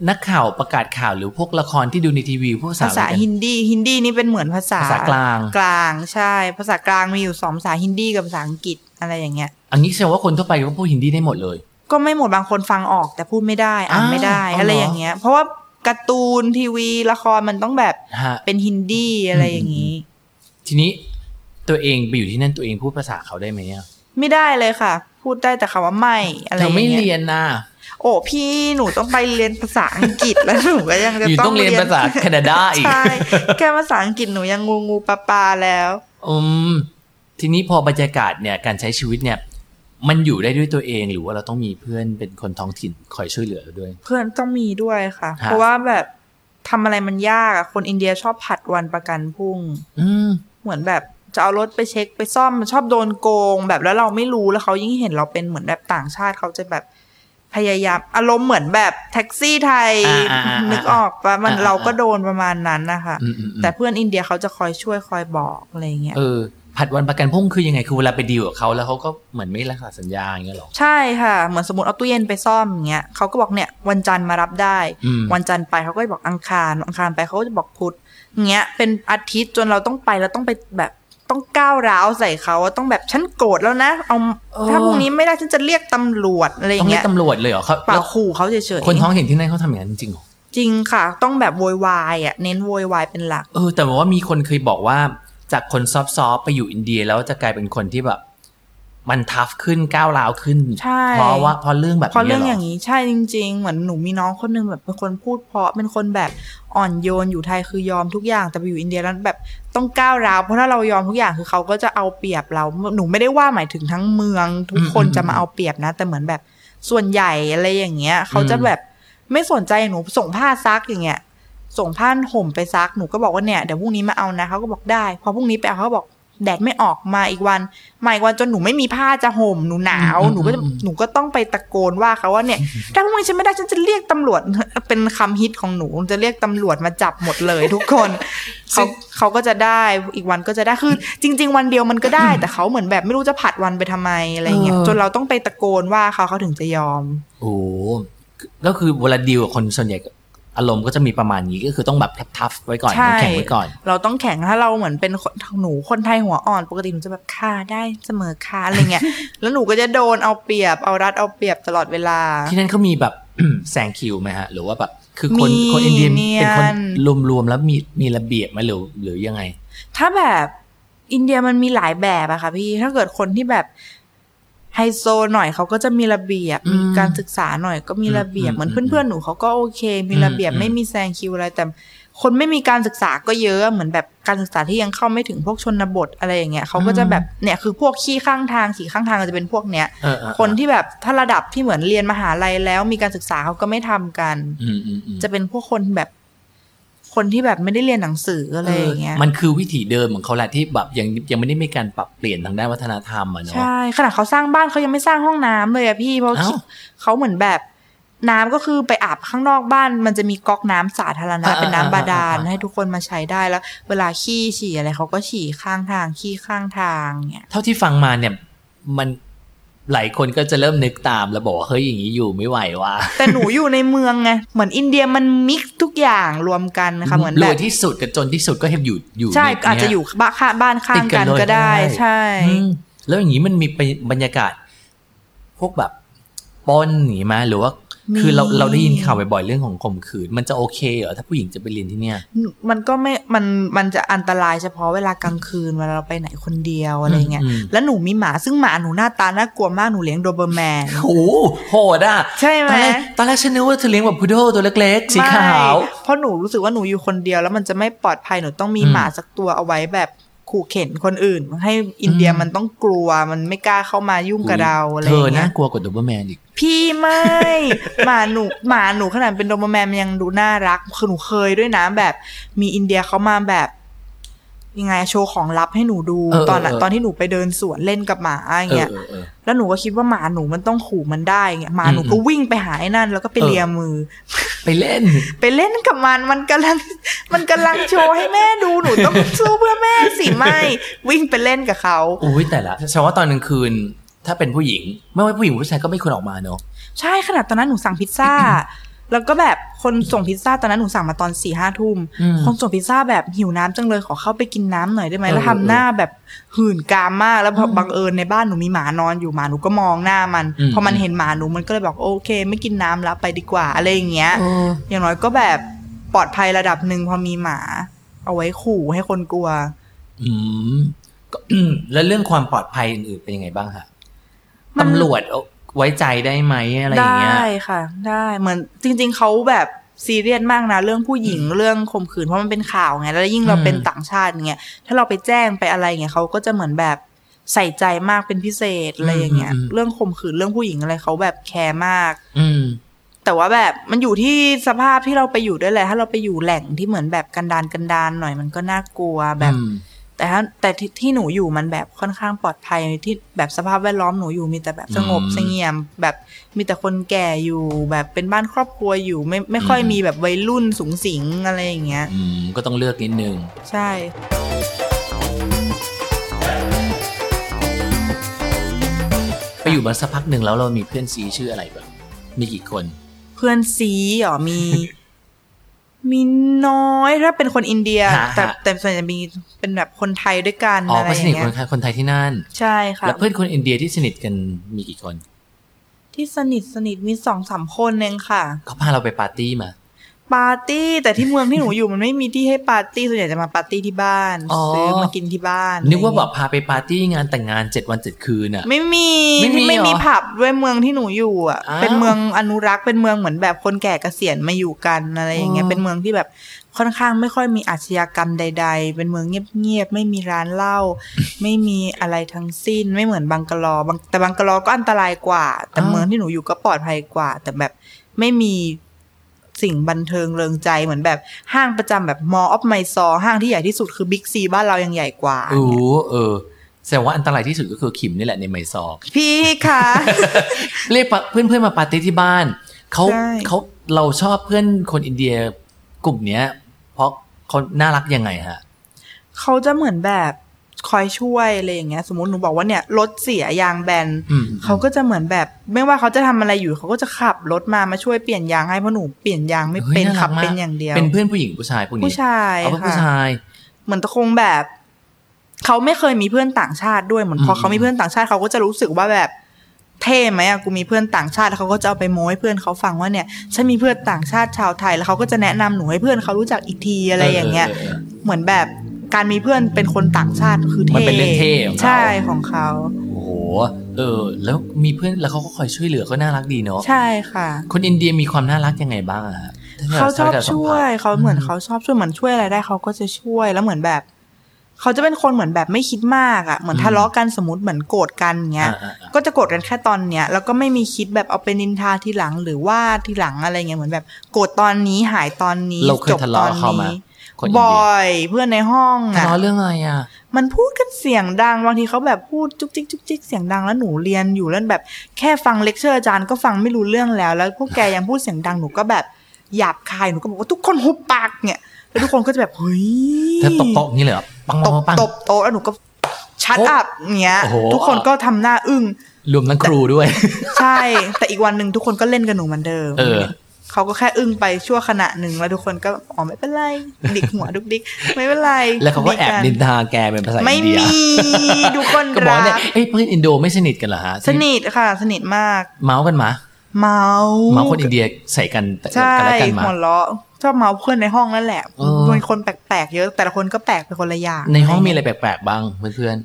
Speaker 4: นักข่าวประกาศข่าวหรือพวกละครที่ดูในทีวีพวกภาษา
Speaker 3: ภาษา
Speaker 4: อะไรกัน
Speaker 3: ฮินดี ฮินดีนี่เป็นเหมือนภาษา
Speaker 4: ภาษากลาง
Speaker 3: กลางใช่ ภาษากลางมีอยู่สองภาษาฮินดีกับภาษาอังกฤษอะไรอย่างเงี้ย
Speaker 4: อันนี้แสดงว่าคนทั่วไปก็พูดฮินดีได้หมดเลย
Speaker 3: ก็ไม่หมดบางคนฟังออกแต่พูดไม่ได้อ่านไม่ได้
Speaker 4: อ้าว
Speaker 3: อะไร
Speaker 4: เอาเหรอ
Speaker 3: อ
Speaker 4: อ
Speaker 3: ย่างเงี้ย เพราะว่าการ์ตูนทีวีละครมันต้องแบบ
Speaker 4: ฮะ
Speaker 3: เป็นฮินดีอะไรอย่างงี้
Speaker 4: ทีนี้ตัวเองไปอยู่ที่นั่นตัวเองพูดภาษาเขาได้ไหมอะ
Speaker 3: ไม่ได้เลยค่ะ พูดได้แต่คำว่าไม่อะไร
Speaker 4: เธ
Speaker 3: อ
Speaker 4: อย่าง ไม่
Speaker 3: เงี้ย
Speaker 4: เรียนนะ
Speaker 3: โอ้พี่หนูต้องไปเรียนภาษาอัง
Speaker 4: *laughs*
Speaker 3: กฤษแล้วหนูก็ยังจะ
Speaker 4: อยู่ต้องเรียนภาษาแคนาดาอีก
Speaker 3: ใช่แค่ภาษาอังกฤษหนูยังงูงูปลาปลาแล้ว
Speaker 4: อืมทีนี้พอบรรยากาศเนี่ยการใช้ชีวิตเนี่ย มันอยู่ได้ด้วยตัวเองหรือว่าเราต้องมีเพื่อนเป็นคนท้องถิ่นคอยช่วยเหลือเราด้วย
Speaker 3: เพื่อนต้องมีด้วยค่ะ
Speaker 4: ฮะ
Speaker 3: เพราะว่าแบบทำอะไรมันยากอะคนอินเดียชอบผัดวันประกันพรุ่ง
Speaker 4: อืม
Speaker 3: เหมือนแบบจะเอารถไปเช็คไปซ่อมมันชอบโดนโกง แบบแล้วเราไม่รู้แล้วเขายิ่งเห็นเราเป็นเหมือนแบบต่างชาติเขาจะแบบพยายามอารมณ์เหมือนแบบแท็กซี่ไทย
Speaker 4: อ่าอ่าอ่า
Speaker 3: นึกออกปะมัน
Speaker 4: อ่าอ่า
Speaker 3: เราก็โดนประมาณนั้นนะคะ
Speaker 4: อืมอืมอืม
Speaker 3: แต่เพื่อนอินเดียเขาจะคอยช่วยคอยบอกอะไรอย่างเงี้ย
Speaker 4: เออ ผัดวันประกันพรุ่งคือยังไงคือเวลาไปดีลกับเขาแล้วเขาก็เหมือนไม่รักษาสัญญาอย่างเงี้ยเหรอ
Speaker 3: ใช่ค่ะ เหมือนสมมติเอาตู้เย็นไปซ่อมอย่างเงี้ยเขาก็บอกเนี่ยวันจันทร์มารับได้
Speaker 4: อืม
Speaker 3: วันจันทร์ไปเขาก็จะบอกอังคาร อังคารไปเขาก็จะบอกพุธเงี้ยเป็นอาทิตย์จนเราต้องไปแล้วต้องไปแบบต้องก้าวร้าวใส่เขาว่าต้องแบบฉันโกรธแล้วนะเอาถ้าพรุ่งนี้ไม่ได้ฉันจะเรียกตำรวจอะไรอ
Speaker 4: ต้อ
Speaker 3: ย่า
Speaker 4: งเรี
Speaker 3: งเงี้
Speaker 4: ย
Speaker 3: ย
Speaker 4: กตำรวจเลยเหรอเขา
Speaker 3: เปล่า
Speaker 4: แล้ว
Speaker 3: ขู่เขาเฉยๆ
Speaker 4: คนท้องเห็นที่นั่นเขาทำอย่างนั้นจริงๆเหรอ
Speaker 3: จริงค่ะ ต้องแบบโวยวายอ่ะเน้นโวยวายเป็นหลัก
Speaker 4: เออ แต่ว่ามีคนเคยบอกว่าจากคนซอฟต์ๆไปอยู่อินเดียแล้วจะกลายเป็นคนที่แบบ มันทัฟขึ้นก้าวร้าวขึ้น
Speaker 3: ใช่
Speaker 4: เพราะว่าเพราะเรื่องแบบ
Speaker 3: เพราะเรื่องอย่าง
Speaker 4: นี้
Speaker 3: นี้ใช่จริง ๆ เหมือนหนูมีน้องคนหนึงแบบเป็นคนพูดเพราะเป็นคนแบบอ่อนโยนอยู่ไทยคือยอมทุกอย่างแต่ไปอยู่อินเดียแล้วแบบต้องก้าวร้าวเพราะถ้าเรายอมทุกอย่างคือเขาก็จะเอาเปรียบเราหนูไม่ได้ว่าหมายถึงทั้งเมือง ทุกคนจะมาเอาเปรียบนะ แต่เหมือนแบบส่วนใหญ่อะไรอย่างเงี้ยเขาจะแบบไม่สนใจหนูส่งผ้าซักอย่างเงี้ยส่งผ้าห่มไปซักหนูก็บอกว่าเนี่ยเดี๋ยวพรุ่งนี้มาเอานะเขาก็บอกได้พอพรุ่งนี้ไปเอาเขาก็บอกแดดไม่ออกมาอีกวันมาอีกวันจนหนูไม่มีผ้าจะห่มหนูหนาวหนูก็จะ หนูก็ต้องไปตะโกนว่าเขาว่า *laughs* เนี่ยถ้าพวกมึงฉันไม่ได้ฉันจะเรียกตำรวจ *laughs* เป็นคำฮิตของหนูจะเรียกตำรวจมาจับหมดเลย ทุก *laughs* คนเขาเขาก็จะได้อีกวันก็จะได้คือ จริง ๆ วันเดียวมันก็ได้ แต่เขาเหมือนแบบไม่รู้จะผัดวันไปทำไมอะไรเงี้ยจนเราต้องไปตะโกนว่าเขาเขาถึงจะยอม
Speaker 4: โอ้โหก็คือเวลาดีลกับคนส่วนใหญ่อารมณ์ก็จะมีประมาณนี้ก็คือต้องแบบทัฟๆไว้ก่อน
Speaker 3: ใช่
Speaker 4: แข็งไว้ก่อน
Speaker 3: เราต้องแข็งถ้าเราเหมือนเป็นคนหนูคนไทยหัวอ่อนปกติหนูจะแบบค่าได้เสมอค่าอะไร *laughs* เงี้ยแล้วหนูก็จะโดนเอาเปรียบเอารัดเอาเปรียบตลอดเวลา
Speaker 4: ที่นั่นเขามีแบบ *clears throat* แซงคิวไหมฮะ หรือว่าแบบ คือคน
Speaker 3: มี
Speaker 4: คนอินเดียเป็นคน
Speaker 3: เนียน
Speaker 4: รวมๆแล้วมีมีระเบียบไหมหรือหรือยังไง
Speaker 3: ถ้าแบบอินเดียมันมีหลายแบบอะค่ะพี่ ถ้าเกิดคนที่แบบไฮโซหน่อยเขาก็จะมีระเบียบ
Speaker 4: อืม
Speaker 3: มีการศึกษาหน่อยก็มีระเบียบ
Speaker 4: อืม
Speaker 3: เหมือนเพื่อนๆหนูเขาก็โอเค มีระเบียบ
Speaker 4: อืม
Speaker 3: ไม่มีแซงคิวอะไรแต่ คนไม่มีการศึกษาก็เยอะเหมือนแบบการศึกษาที่ยังเข้าไม่ถึงพวกชนบทอะไรอย่างเงี้ยเขาก็จะแบบเนี่ยคือพวกขี้ข้างทางขี่ข้างทางก็จะเป็นพวกเนี้ย
Speaker 4: เออเออเออ
Speaker 3: คนที่แบบถ้าระดับที่เหมือนเรียนมหาลัยแล้วมีการศึกษาเขาก็ไม่ทำกัน
Speaker 4: อืมอืมอืม
Speaker 3: จะเป็นพวกคนแบบ คนที่แบบไม่ได้เรียนหนังสืออะไรอย่างเงี้ย
Speaker 4: มันคือวิถีเดิมของเขาแหละที่แบบยังยังไม่ได้มีการปรับเปลี่ยนทางด้านวัฒนธรรมอ่ะเนาะ
Speaker 3: ใช่ขนาดเขาสร้างบ้านเขายังไม่สร้างห้องน้ำเลยอะพี่เพราะ
Speaker 4: เอ้า
Speaker 3: เขาเหมือนแบบน้ำก็คือไปอาบข้างนอกบ้าน มันจะมีก๊อกน้ำสาธารณะเป็นน้ำบาดาลให้ทุกคนมาใช้ได้แล้ว เวลาขี้ฉี่อะไรเขาก็ฉี่ข้างทางขี้ข้างทางเนี่ย
Speaker 4: เท่าที่ฟังมาเนี่ย มันหลายคนก็จะเริ่มนึกตามแล้วบอกว่าเฮ้ยอย่างนี้อยู่ไม่ไหวว่ะ
Speaker 3: แต่หนูอยู่ในเมืองไงเหมือนอินเดียมันมิกซ์ทุกอย่างรวมกันนะคะเหมือน
Speaker 4: ร
Speaker 3: แบ
Speaker 4: วย
Speaker 3: บ
Speaker 4: ที่สุดกับจนที่สุดก็เห็นอยู่อยู่
Speaker 3: ใช่
Speaker 4: ในเนี้ย
Speaker 3: อาจจะอยู่บ้านข้างบ้านข้างกันก็ได้
Speaker 4: ติดกันเลยก็ได้
Speaker 3: ใช่
Speaker 4: อืมแล้วอย่างนี้มันมีบรรยากาศ พวกแบบปล้นหนีไหมาหรือว่า
Speaker 3: มี
Speaker 4: คือเราเราได้ยินข่าวบ่อยๆเรื่องของข่มขืน มันจะโอเคเหรอถ้าผู้หญิงจะไปเรียนที่เนี่ย
Speaker 3: มันก็ไม่มันมันจะอันตรายเฉพาะเวลากลางคืนเวลาเราไปไหนคนเดียวอะไรเงี้ย
Speaker 4: อืมอืม
Speaker 3: แล้วหนูมีหมาซึ่งหมาหนูหน้าตาน่ากลัวมากหนูเลี้ยงโดเบอร์แมน
Speaker 4: โอ้โหโหดอ่ะ
Speaker 3: ใช่ไหม
Speaker 4: ตอนแรกตอนแรกฉันนึกว่าเธอเลี้ยงแบบพุดเดิลตัวเล็กๆ สีขาว
Speaker 3: ไม่เพราะหนูรู้สึกว่าหนูอยู่คนเดียวแล้วมันจะไม่ปลอดภัยหนูต้องมี
Speaker 4: อืม
Speaker 3: หมาสักตัวเอาไว้แบบขู่เข็นคนอื่น ให้อินเดีย
Speaker 4: อืม
Speaker 3: มันต้องกลัวมันไม่กล้าเข้ามายุ่งกับเราอะไร
Speaker 4: เธอ
Speaker 3: เงี้
Speaker 4: น่าย กลัวกว่าดับเบิลแมนอีก
Speaker 3: พี่ไม่ หมาหนูหมาหนูขนาดเป็นโดเบอร์แมนมันยังดูน่ารักคือหนูเคยด้วยนะแบบ มีอินเดียเขามาแบบยังไงโชว์ของลับให้หนูดู
Speaker 4: เออ
Speaker 3: ตอนน่ะ
Speaker 4: เออ
Speaker 3: ตอนที่หนูไปเดินสวนเล่นกับหมาอย่างเงี้ย
Speaker 4: เออเออ
Speaker 3: แล้วหนูก็คิดว่าหมาหนูมันต้องขู่มันได้อย่างเงี้ยหมาหนู
Speaker 4: อืม
Speaker 3: ก็วิ่งไปหาไอ้นั่น แล้วก็ไป
Speaker 4: เออ
Speaker 3: เลียมือ
Speaker 4: ไปเล่น
Speaker 3: ไปเล่นกับมันมันกำลังมันกำลังโชว์ให้แม่ดูหนูต้องสู้เพื่อแม่สิไม่วิ่งไปเล่นกับเขา
Speaker 4: อุ้ยแต่ละแสดงว่าตอนกลางคืน ถ้าเป็นผู้หญิง ไม่ว่าผู้หญิงหรือผู้ชายก็ไม่ควรออกมาเนอะ
Speaker 3: ใช่ขนาดตอนนั้นหนูสั่งพิซซ่า แล้วก็แบบคนส่งพิซซ่าตอนนั้นหนูสั่งมาตอนสี่ห้าทุ่ม
Speaker 4: อืม
Speaker 3: คนส่งพิซซ่าแบบหิวน้ำจังเลยขอเข้าไปกินน้ำหน่อยได้ไหม
Speaker 4: เออ
Speaker 3: แล้วทำหน้าแบบหื่นกามมากแล้วพออ
Speaker 4: ม
Speaker 3: บังเอิญในบ้านหนูมีหมานอนอยู่หมาหนูก็มองหน้ามัน
Speaker 4: อืม
Speaker 3: พอมันเห็นหมาหนูมันก็เลยบอกโอเค ไม่กินน้ำแล้วไปดีกว่าอะไรอย่างเงี้ย อย่างน้อยก็แบบปลอดภัยระดับหนึ่งพอมีหมา เอาไว้ขู่ให้คนกลัว
Speaker 4: อืมก็ แล้วเรื่องความปลอดภัยอื่นๆเป็นยังไงบ้างคะ
Speaker 3: มัน
Speaker 4: ตำรวจเอาไว้ใจได้ไหมอะไรอย่างเงี้ย
Speaker 3: ได้ค่ะ ได้เหมือนจริง ๆเขาแบบซีเรียสมากนะเรื่องผู้หญิงเรื่องข่มขืนเพราะมันเป็นข่าวไงแล้วยิ่งเรา
Speaker 4: อืม
Speaker 3: เป็นต่างชาติเงี้ยถ้าเราไปแจ้งไปอะไรเงี้ยเขาก็จะเหมือนแบบใส่ใจมากเป็นพิเศษอะไรอย่างเงี้ยเรื่องข่มขืนเรื่องผู้หญิงอะไรเขาแบบแคร์มาก
Speaker 4: อืม
Speaker 3: แต่ว่าแบบมันอยู่ที่สภาพที่เราไปอยู่ด้วยแหละถ้าเราไปอยู่แหล่งที่เหมือนแบบกันดานกันดานหน่อยมันก็น่ากลัวแบบ
Speaker 4: อืม
Speaker 3: แต่ถ้าแต่ที่ที่หนูอยู่มันแบบค่อนข้างปลอดภัยที่แบบสภาพแวดล้อมหนูอยู่มีแต่แบบสงบ
Speaker 4: อืม
Speaker 3: เสงี่ยม แบบมีแต่คนแก่อยู่ แบบเป็นบ้านครอบครัวอยู่ไม่ไม่ค่อย
Speaker 4: อืม
Speaker 3: มีแบบวัยรุ่นสูงสิงอะไรอย่างเงี้ย
Speaker 4: อืม ก็ต้องเลือกนิดนึง
Speaker 3: ใช่
Speaker 4: ไปอยู่มาสักพักหนึ่งแล้วเรามีเพื่อนซีชื่ออะไรบ้างมีกี่คน
Speaker 3: เพื่อนซีเหรอมี
Speaker 4: *laughs*
Speaker 3: มีน้อยถ้าเป็นคนอินเดีย
Speaker 4: ฮะ
Speaker 3: แต่
Speaker 4: ฮะ
Speaker 3: แต่ส่วนใหญ่มีเป็นแบบคนไทยด้วยกัน
Speaker 4: อ๋อ
Speaker 3: อะไร
Speaker 4: ก็
Speaker 3: อ
Speaker 4: ส
Speaker 3: ย่า
Speaker 4: นิทค
Speaker 3: งเงี้
Speaker 4: น
Speaker 3: ย
Speaker 4: ไทยคนไทยที่นั่น
Speaker 3: ใช่ค่ะ
Speaker 4: แล้วเพื่อนคนอินเดียที่สนิทกันมีกี่คน
Speaker 3: ที่สนิทสนิทมีสองสามคนเองค่ะ
Speaker 4: เขาพาเราไปปาร์ตี้มา
Speaker 3: ปาร์ตี้แต่ที่เมืองที่หนูอยู่ มันไม่มีที่ให้ปาร์ตี้ส่วนใหญ่จะมาปาร์ตี้ที่บ้าน
Speaker 4: อ๋อ
Speaker 3: ซื้อมากินที่บ้าน
Speaker 4: นึกว่าแบบพาไปปาร์ตี้งานแต่งงานเจ็ดวันเจ็ดคืนอ่ะ
Speaker 3: ไม่มี
Speaker 4: ไม่มี
Speaker 3: ที่ไม่มี
Speaker 4: เหรอ
Speaker 3: ผับด้วยเมืองที่หนูอยู่อ่ะ
Speaker 4: อ้าว
Speaker 3: เป็นเมืองอนุรักษ์เป็นเมืองเหมือนแบบคนแก่เกษียณมาอยู่กันอะไรอย่างเงี้ย
Speaker 4: อ๋อ
Speaker 3: เป็นเมืองที่แบบค่อนข้างไม่ค่อยมีอาชญากรรมใด ๆ เป็นเมืองเงียบๆไม่มีร้านเห
Speaker 4: *coughs*
Speaker 3: ล้า ไม่มีอะไรทั้งสิ้นไม่เหมือนบังกะลอบังแต่บังกะลอก็อันตรายกว่า แต่เมืองที่หนูอยู่ก็ปลอดภัยกว่า แต่แบบไม่มี สิ่งบันเทิงเริงใจเหมือนแบบห้างประจำแบบมอออฟไมซอห้างที่ใหญ่ที่สุดคือบิ๊กซีบ้านเรายังใหญ่กว่า
Speaker 4: โอ้โหเออ แสดงว่าอันตรายที่สุดก็คือขิมนี่แหละในไมซอร์
Speaker 3: พี่คะ
Speaker 4: *laughs* เรียกเพื่อนเพื่อนๆมาปาร์ตี้ที่บ้านเขา
Speaker 3: ใช่
Speaker 4: เขาเราชอบเพื่อนคนอินเดียกลุ่มเนี้ย เพราะเขาน่ารักยังไงฮะ
Speaker 3: เขาจะเหมือนแบบคอยช่วยอะไรอย่างเงี้ย สมมติหนูบอกว่าเนี่ยรถเสียยางแบน
Speaker 4: อืม
Speaker 3: เขาก็จะเหมือนแบบ ไม่ว่าเขาจะทำอะไรอยู่เขาก็จะขับรถมามาช่วยเปลี่ยนยางให้เพราะหนูเปลี่ยนยางไม่
Speaker 4: ฮ้ย
Speaker 3: เป็น
Speaker 4: รั
Speaker 3: ขับ
Speaker 4: กมก
Speaker 3: เป็นอย่างเดียว
Speaker 4: เป็นเพื่อนผู้หญิงผู้ชายพวกนี้
Speaker 3: ผู้ชาย
Speaker 4: เอาเป็น
Speaker 3: ค่ะ
Speaker 4: ผู้ชาย
Speaker 3: เหมือนตะคงแบบ เขาไม่เคยมีเพื่อนต่างชาติด้วยเหมือนพอเขามีเพื่อนต่างชาติเขาก็จะรู้สึกว่าแบบ เท่ไหมอะกูมีเพื่อนต่างชาติแล้วเขาก็จะเอาไปโม้ให้เพื่อนเขาฟังว่าเนี่ยฉันมีเพื่อนต่างชาติชาวไทยแล้วเขาก็จะแนะนำหนูให้เพื่อนเขารู้จักอีกทีอะไรอย่างเงี้ย
Speaker 4: เออเออเออ
Speaker 3: เหมือนแบบการมีเพื่อนเป็นคนต่างชาติคือเท่
Speaker 4: มันเป็นเรื่องเท่ของเขา
Speaker 3: ใช่ของเขา
Speaker 4: โอ้โหเออ แล้วมีเพื่อนแล้วเขาก็คอยช่วยเหลือก็น่ารักดีเนาะ
Speaker 3: ใช่ค่ะ
Speaker 4: คนอินเดียมีความน่ารักยังไงบ้างอะฮะ
Speaker 3: เขาชอบช่วย เขาเหมือน
Speaker 4: อืม
Speaker 3: เขาชอบช่วยเหมือนช่วยอะไรได้เขาก็จะช่วยแล้วเหมือนแบบ เขาจะเป็นคนเหมือนแบบไม่คิดมากอ่ะเหมือนทะเลาะกันสมมติเหมือนโกรธกันอย่างเงี้ย ก็จะโกรธกันแค่ตอนเนี้ยแล้วก็ไม่มีคิดแบบเอาไปนินทาทีหลังหรือว่าทีหลังอะไรเงี้ยเหมือนแบบโกรธตอนนี้หายตอนนี้
Speaker 4: เราเคย
Speaker 3: จบ
Speaker 4: ทะ
Speaker 3: ต
Speaker 4: เลาะ
Speaker 3: อน
Speaker 4: กับเขาไหม
Speaker 3: นี้
Speaker 4: คนอินเดีย
Speaker 3: บ่อยเพื่อนในห้อง
Speaker 4: ทะ
Speaker 3: อ่ะ
Speaker 4: เลาะเรื่องอะไรอ่ะ
Speaker 3: มันพูดกันเสียงดังบางทีเขาแบบพูดจุกจิกจุกจิกเสียงดังแล้วหนูเรียนอยู่แล้วแบบแค่ฟังเลคเชอร์อาจารย์ก็ฟังไม่รู้เรื่องแล้ว แล้วพวกแกยังพูดเสียงดังหนูก็แบบหยาบคายหนูก็บอกว่าทุกคนหุบปากเนี่ยแล้วทุกคนก็จะแบบเฮ้ย
Speaker 4: เธอตบโต๊ะอย่างนี้เลยเหรอปัง
Speaker 3: ต
Speaker 4: ปัง
Speaker 3: บ
Speaker 4: ปังปัง
Speaker 3: ตบโต๊ะแล้วหนูก็ชัด
Speaker 4: โอ้
Speaker 3: อัพเงี้ย
Speaker 4: โอ้โห
Speaker 3: ทุกคนก็ทำหน้าอึ้ง
Speaker 4: รวมทั้งครูด้วย
Speaker 3: ใช่ แต่อีกวันหนึ่งทุกคนก็เล่นกับหนูเหมือนเดิม
Speaker 4: เออ
Speaker 3: เขาก็แค่อึ้งไปชั่วขณะหนึ่งแล้วทุกคนก็อ๋อไม่เป็นไรดิกหัวดุกดิกไม่เป็นไร
Speaker 4: แล้วเขาก็แอบ
Speaker 3: กัน
Speaker 4: นินทาแกเป็นภาษา
Speaker 3: ไม่
Speaker 4: อินเดีย
Speaker 3: มีทุกคน
Speaker 4: *laughs* ก็บอก
Speaker 3: รั
Speaker 4: ว่าเนี่ย
Speaker 3: ก
Speaker 4: เอ้ยเพื่อนอินโดไม่สนิทกันเหรอฮะ
Speaker 3: สนิทค่ะ สนิทมาก
Speaker 4: เมาส์กันมา
Speaker 3: เมา
Speaker 4: เมาส์คนอินเดียใส่กันแต่
Speaker 3: ใช่
Speaker 4: กันและกันมา
Speaker 3: หัวเราะชอบเมาเพื่อนในห้องนั่นแหละ
Speaker 4: เออ
Speaker 3: มันคนแปลกๆเยอะ แต่ละคนก็แปลกเป็นคนละอย่าง
Speaker 4: ในห้องมีอะไรแปลกๆบ้างเพื่อน